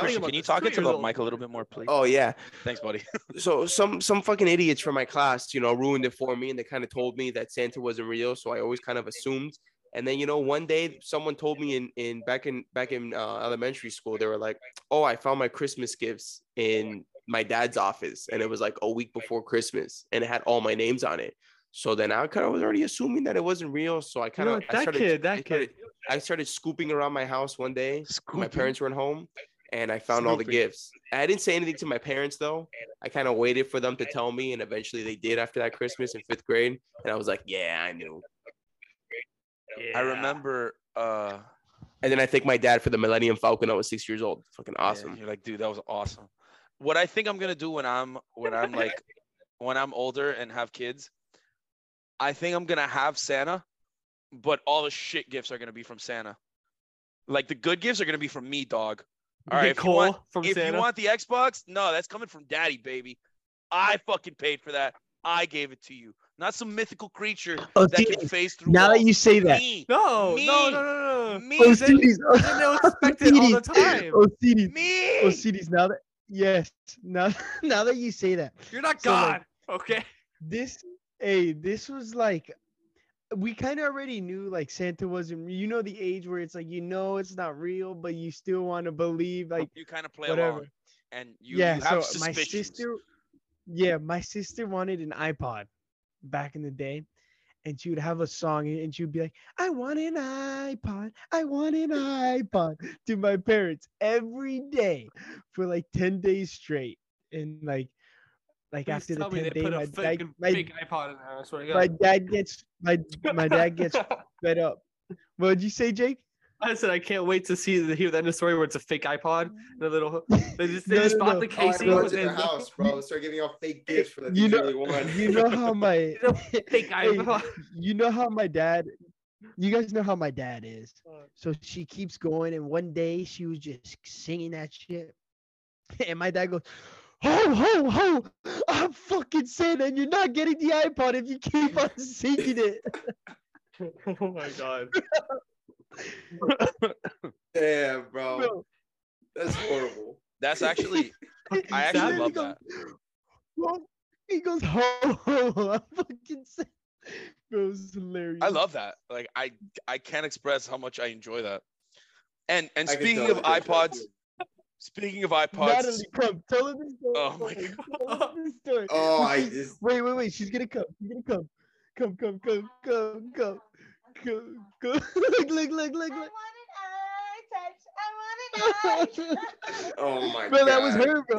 Speaker 2: Christian,
Speaker 4: about
Speaker 2: can you
Speaker 4: this.
Speaker 2: talk
Speaker 4: Two
Speaker 2: into
Speaker 4: years
Speaker 2: the
Speaker 4: old.
Speaker 2: mic a little bit more, please?
Speaker 1: Oh yeah.
Speaker 2: Thanks, buddy.
Speaker 1: So some some fucking idiots from my class, you know, ruined it for me, and they kind of told me that Santa wasn't real. So I always kind of assumed. And then you know, one day someone told me in in back in back in uh, elementary school, they were like, "Oh, I found my Christmas gifts in my dad's office," and it was like a week before Christmas, and it had all my names on it. So then I kind of was already assuming that it wasn't real. So I
Speaker 3: You
Speaker 1: kind
Speaker 3: know
Speaker 1: of
Speaker 3: what?
Speaker 1: I
Speaker 3: That
Speaker 1: started,
Speaker 3: kid, that
Speaker 1: I started,
Speaker 3: kid.
Speaker 1: I started scooping around my house one day my parents weren't home and I found all the
Speaker 4: Snooping.
Speaker 1: gifts. I didn't say anything to my parents though. I kind of waited for them to tell me, and eventually they did after that Christmas in fifth grade. And I was like, yeah, I knew.
Speaker 2: I remember. Uh,
Speaker 1: And then I thank my dad for the Millennium Falcon. I was six years old. Fucking
Speaker 2: Yeah,
Speaker 1: awesome.
Speaker 2: you're like, dude, that was awesome. What I think I'm gonna do when I'm when I'm like when I'm older and have kids, I think I'm gonna have Santa, but all the shit gifts are gonna be from Santa. Like the good gifts are gonna be from me, dog. All right,
Speaker 3: Get
Speaker 2: if you want,
Speaker 3: Cole from
Speaker 2: if you
Speaker 3: Santa.
Speaker 2: want the Xbox, no, that's coming from Daddy, baby. I fucking paid for that. I gave it to you, not some mythical creature
Speaker 4: Oh,
Speaker 2: that
Speaker 4: dude,
Speaker 2: can phase through.
Speaker 4: now that
Speaker 2: walls.
Speaker 4: you say that,
Speaker 2: me,
Speaker 3: No,
Speaker 2: Me.
Speaker 3: no, no, no, no.
Speaker 2: me,
Speaker 4: oh,
Speaker 3: then-
Speaker 4: CDs,
Speaker 3: then they'll expect it all the time.
Speaker 4: Oh, CDs,
Speaker 2: me.
Speaker 4: oh, CDs. Now that yes, now now that you say that,
Speaker 3: You're not
Speaker 4: So, like-
Speaker 3: God. Okay.
Speaker 4: this hey this was like we kind of already knew like santa wasn't re- you know the age where it's like you know it's not real but you still want to believe like
Speaker 2: you kind of play
Speaker 4: whatever.
Speaker 2: along, and you,
Speaker 4: yeah
Speaker 2: you have
Speaker 4: so my
Speaker 2: suspicions.
Speaker 4: sister yeah my sister wanted an ipod back in the day and she would have a song and- and she would be like i want an ipod i want an ipod to my parents every day for like 10 days straight and like like
Speaker 3: Please
Speaker 4: after the
Speaker 3: tell me
Speaker 4: 10
Speaker 3: they
Speaker 4: day
Speaker 3: put
Speaker 4: my,
Speaker 3: a
Speaker 4: my,
Speaker 3: fake,
Speaker 4: my
Speaker 3: fake iPod in there. I swear to
Speaker 4: my
Speaker 3: God.
Speaker 4: dad gets my my dad gets fed up. What did you say, Jake?
Speaker 3: I said I can't wait to see the hear the end of the story where it's a fake iPod and a little. They just they
Speaker 4: No,
Speaker 3: just
Speaker 4: no,
Speaker 3: bought
Speaker 4: no.
Speaker 3: the
Speaker 4: Oh,
Speaker 1: Oh,
Speaker 3: casing.
Speaker 1: everyone's
Speaker 3: but
Speaker 1: in
Speaker 3: they-
Speaker 1: their house, bro. Let's start giving out fake gifts for the
Speaker 4: You
Speaker 1: things
Speaker 4: know-
Speaker 1: really want.
Speaker 4: You know how my
Speaker 3: You know, fake
Speaker 4: Hey,
Speaker 3: iPod.
Speaker 4: you know how my dad you guys know how my dad is. So she keeps going and one day she was just singing that shit. And my dad goes, Ho ho ho! I'm fucking Santa and you're not getting the iPod if you keep on singing it.
Speaker 3: oh my god.
Speaker 1: Damn,
Speaker 2: Oh,
Speaker 1: bro.
Speaker 4: Bro,
Speaker 1: That's horrible.
Speaker 2: That's actually I
Speaker 4: And
Speaker 2: actually
Speaker 4: then
Speaker 2: love
Speaker 4: he goes, "Ho-" He goes, ho ho ho! I'm fucking Santa. Bro, it was hilarious.
Speaker 2: I love that. Like I I can't express how much I enjoy that. And and
Speaker 1: I can
Speaker 2: speaking
Speaker 1: tell
Speaker 2: of
Speaker 1: it does that
Speaker 2: iPods,
Speaker 1: too.
Speaker 2: speaking of iPods,
Speaker 4: Natalie, come tell her the story.
Speaker 2: Oh my
Speaker 4: Tell her the story.
Speaker 1: Oh, I
Speaker 4: She's-
Speaker 1: just-
Speaker 4: wait, wait, wait. She's gonna come. She's gonna come. Come, come, come, come, come, come, come. look, look, look, look,
Speaker 5: I
Speaker 4: look.
Speaker 5: want an eye touch. I want an eye touch.
Speaker 1: Oh my
Speaker 4: Bro,
Speaker 1: god.
Speaker 4: that was her, bro.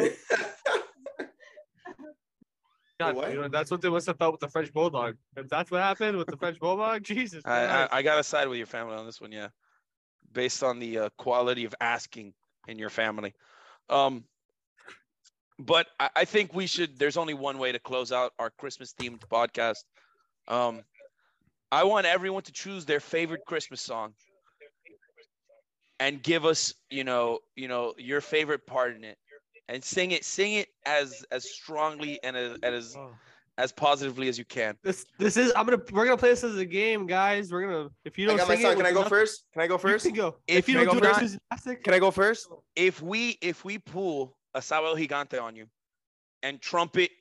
Speaker 3: God,
Speaker 1: What?
Speaker 3: you know, that's what they must have felt with the French bulldog. If that's what happened with the French bulldog, Jesus.
Speaker 2: I, I
Speaker 3: Christ.
Speaker 2: I gotta side with your family on this one, yeah. Based on the uh, quality of asking in your family, um, but I, I think we should. There's only one way to close out our Christmas themed podcast. Um, I want everyone to choose their favorite Christmas song and give us, you know, you know, your favorite part in it, and sing it, sing it as as strongly and as as,
Speaker 3: Oh.
Speaker 2: as positively as you can.
Speaker 3: This this is I'm gonna we're gonna play this as a game, guys. We're gonna if you
Speaker 1: I
Speaker 3: don't
Speaker 1: got my
Speaker 3: sing it
Speaker 1: song. Can
Speaker 3: with
Speaker 1: I go
Speaker 3: enough-
Speaker 1: first? Can I go
Speaker 3: you
Speaker 1: first?
Speaker 3: can go.
Speaker 2: If
Speaker 3: If you
Speaker 1: can I
Speaker 3: don't do
Speaker 1: go first?
Speaker 3: Christmas classic,
Speaker 1: Can I go first?
Speaker 2: if we if we pull a Sawel Gigante on you and trumpet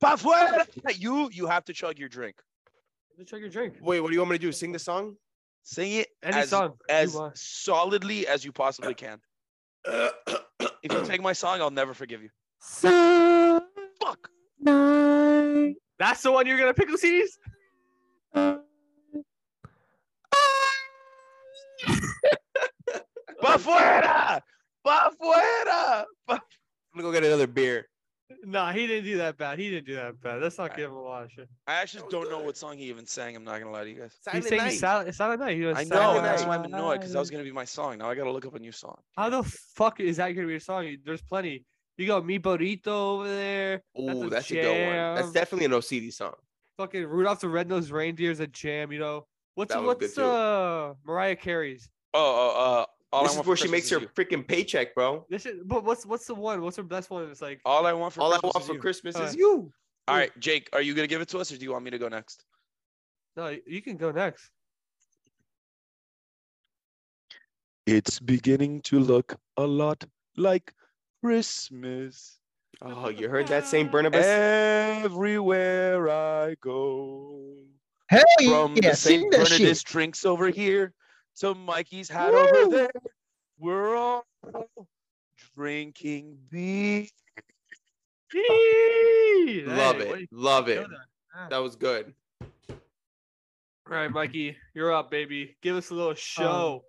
Speaker 2: "Pa fuera!" at you, you have to chug your drink.
Speaker 3: check your drink.
Speaker 1: Wait, what do you want me to do? Sing the song?
Speaker 2: Sing it
Speaker 3: Any
Speaker 2: as,
Speaker 3: song you
Speaker 2: as
Speaker 3: want.
Speaker 2: solidly as you possibly can. If you take my song, I'll never forgive you. Fuck.
Speaker 3: That's the one you're gonna pick, CDs.
Speaker 2: Pa fuera! Pa fuera! Pa-
Speaker 1: I'm gonna go get another beer.
Speaker 3: Nah, he didn't do that bad. He didn't do that bad. Let's not
Speaker 2: Alright.
Speaker 3: give him a lot of shit.
Speaker 2: I actually don't know what song he even sang. I'm not gonna lie to you guys.
Speaker 3: He
Speaker 1: Silent
Speaker 3: sang
Speaker 1: night.
Speaker 3: Silent It's Silent Night. He was
Speaker 2: I know,
Speaker 3: Silent
Speaker 2: and that's why I'm
Speaker 3: Night.
Speaker 2: annoyed because that was gonna be my song. Now I gotta look up a new song.
Speaker 3: How the fuck is that gonna be your song? There's plenty. You got Mi Burrito over there. That's
Speaker 1: Oh,
Speaker 3: a
Speaker 1: that's a good one. That's
Speaker 3: jam.
Speaker 1: definitely an OCD song.
Speaker 3: Fucking Rudolph the Red-Nosed Reindeer's a jam. You know what's
Speaker 1: That was good
Speaker 3: what's
Speaker 1: too.
Speaker 3: uh Mariah Carey's.
Speaker 2: Oh, oh, uh, all
Speaker 1: this
Speaker 2: I
Speaker 1: is
Speaker 2: want
Speaker 1: where
Speaker 2: for
Speaker 1: she
Speaker 2: Christmas
Speaker 1: makes
Speaker 2: is
Speaker 1: her
Speaker 2: You.
Speaker 1: freaking paycheck, bro.
Speaker 3: This is, but what's what's the one? What's her best one? It's like
Speaker 2: All I want for
Speaker 1: All I
Speaker 2: Christmas
Speaker 1: want
Speaker 2: is
Speaker 1: for
Speaker 2: you.
Speaker 1: Christmas
Speaker 3: Alright.
Speaker 1: is you.
Speaker 2: All right, Jake, are you gonna give it to us, or do you want me to go next?
Speaker 3: no, you can go next.
Speaker 2: It's beginning to look a lot like Christmas.
Speaker 1: Oh, you heard that, Saint Barnabas?
Speaker 2: Everywhere I go.
Speaker 6: Hell
Speaker 2: From
Speaker 6: Oh, yeah,
Speaker 2: the
Speaker 6: sing
Speaker 2: St.
Speaker 6: that shit.
Speaker 2: Bernardus drinks over here to Mikey's hat over
Speaker 6: Woo!
Speaker 2: there. We're all drinking beer.
Speaker 1: love it, love it. That was good.
Speaker 3: All right, Mikey, you're up, baby. Give us a
Speaker 2: Um,
Speaker 3: little show.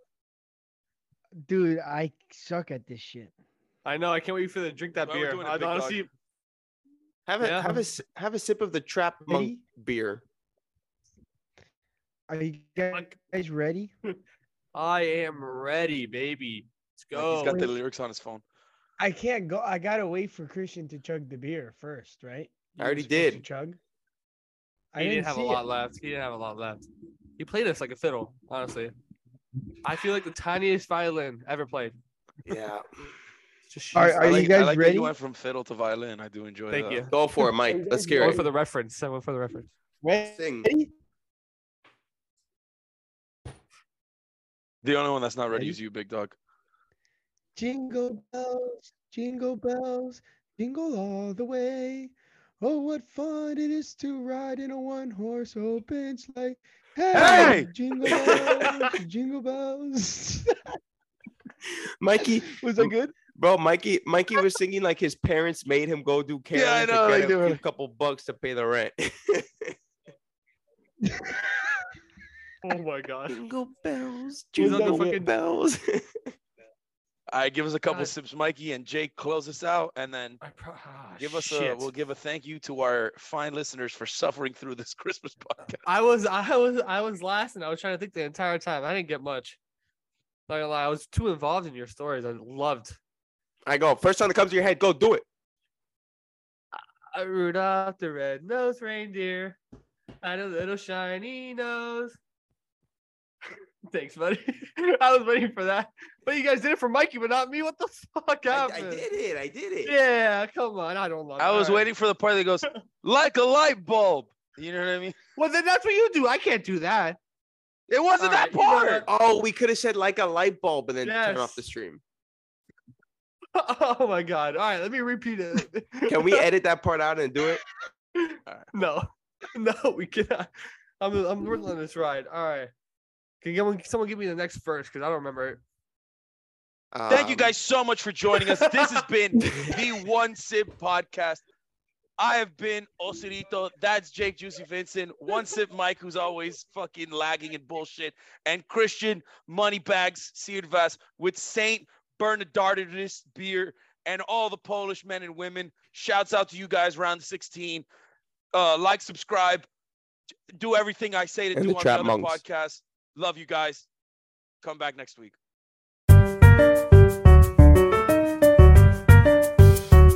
Speaker 6: Dude, I suck at this shit.
Speaker 3: I know. I can't wait for you to drink that
Speaker 2: Why are we
Speaker 3: beer.
Speaker 2: doing a
Speaker 3: I
Speaker 2: big dog?
Speaker 3: honestly,
Speaker 1: Have a
Speaker 3: Yeah.
Speaker 1: have a s- have a sip of the Trap Monk
Speaker 6: Ready?
Speaker 1: beer.
Speaker 6: Are you guys ready?
Speaker 3: I am ready, baby. Let's go.
Speaker 2: He's got the lyrics on his phone.
Speaker 4: I can't go. I gotta wait for Christian to chug the beer first, right?
Speaker 1: I already
Speaker 4: You're supposed to
Speaker 1: did.
Speaker 4: chug.
Speaker 3: he didn't, have a
Speaker 4: see it.
Speaker 3: lot left. He didn't have a lot left. He played us like a fiddle, honestly. I feel like the tiniest violin ever played.
Speaker 1: Yeah,
Speaker 3: Just
Speaker 6: Are-
Speaker 3: use-
Speaker 6: are
Speaker 2: I
Speaker 6: you
Speaker 2: like, I
Speaker 6: guys
Speaker 2: like That
Speaker 6: ready?
Speaker 2: you went from fiddle to violin. I do enjoy
Speaker 3: Thank
Speaker 2: that.
Speaker 3: you.
Speaker 1: go for it, Mike. Let's hear
Speaker 3: One
Speaker 1: it.
Speaker 3: for the reference. One for the reference.
Speaker 1: Sing.
Speaker 6: Ready?
Speaker 2: The only one that's not ready
Speaker 6: Ready?
Speaker 2: is you, big dog.
Speaker 6: Jingle bells, jingle bells, jingle all the way. Oh, what fun it is to ride in a one horse open sleigh.
Speaker 2: Hey!
Speaker 6: Jingle bells, jingle bells.
Speaker 1: Mikey,
Speaker 6: Was that good?
Speaker 1: bro, Mikey, Mikey was singing like his parents made him go do
Speaker 2: Yeah,
Speaker 1: carry
Speaker 2: I know,
Speaker 1: to
Speaker 2: like
Speaker 1: get
Speaker 2: they
Speaker 1: a
Speaker 2: were
Speaker 1: few
Speaker 2: like-
Speaker 1: couple bucks to pay the rent.
Speaker 3: Oh my god.
Speaker 1: jingle bells,
Speaker 3: He's on the
Speaker 1: jingle
Speaker 3: fucking-
Speaker 1: bells.
Speaker 2: All right, give us a couple
Speaker 3: God.
Speaker 2: sips, Mikey, and Jake close us out, and then
Speaker 3: I pro- ah,
Speaker 2: give us a
Speaker 3: shit.
Speaker 2: we'll give a thank you to our fine listeners for suffering through this Christmas podcast.
Speaker 3: I was I was I was last and I was trying to think the entire time. I didn't get much. Not gonna lie, I was too involved in your stories. I loved
Speaker 1: I go first time that comes to your head, go do it.
Speaker 3: I Rudolph the red nosed reindeer. I had a little shiny nose. Thanks, buddy. I was waiting for that. But you guys did it for Mikey, but not me. What the fuck
Speaker 1: I, I
Speaker 3: happened?
Speaker 1: did it. I did it.
Speaker 3: Yeah, come on. I don't love
Speaker 2: I
Speaker 3: it.
Speaker 2: was
Speaker 3: All right.
Speaker 2: waiting for the part that goes like a light bulb. You know what I mean?
Speaker 3: Well, then that's what you do. I can't do that.
Speaker 2: It wasn't
Speaker 3: All right,
Speaker 2: that
Speaker 3: you know
Speaker 2: part.
Speaker 3: what?
Speaker 1: Oh, we could have said like a light bulb and then turn off the
Speaker 3: Yes.
Speaker 1: stream.
Speaker 3: Oh my god. All right, let me repeat it.
Speaker 1: Can we edit that part out and do it?
Speaker 3: No, no, we cannot. I'm I'm working on this ride. All right. Can someone someone give me the next verse because I don't remember it.
Speaker 2: Thank you
Speaker 1: Um,
Speaker 2: guys so much for joining us. This has been the One Sip Podcast. I have been Osirito. That's Jake Juicy Vincent. One Sip Mike, who's always fucking lagging and bullshit. And Christian Moneybags Sirdvas with Saint Bernardardus beer and all the Polish men and women. Shouts out to you guys, round 16. Uh, like, subscribe, do everything I say to
Speaker 1: And
Speaker 2: do
Speaker 1: the
Speaker 2: on the
Speaker 1: Trap
Speaker 2: other
Speaker 1: Monks.
Speaker 2: podcast. Love you guys. Come back next week.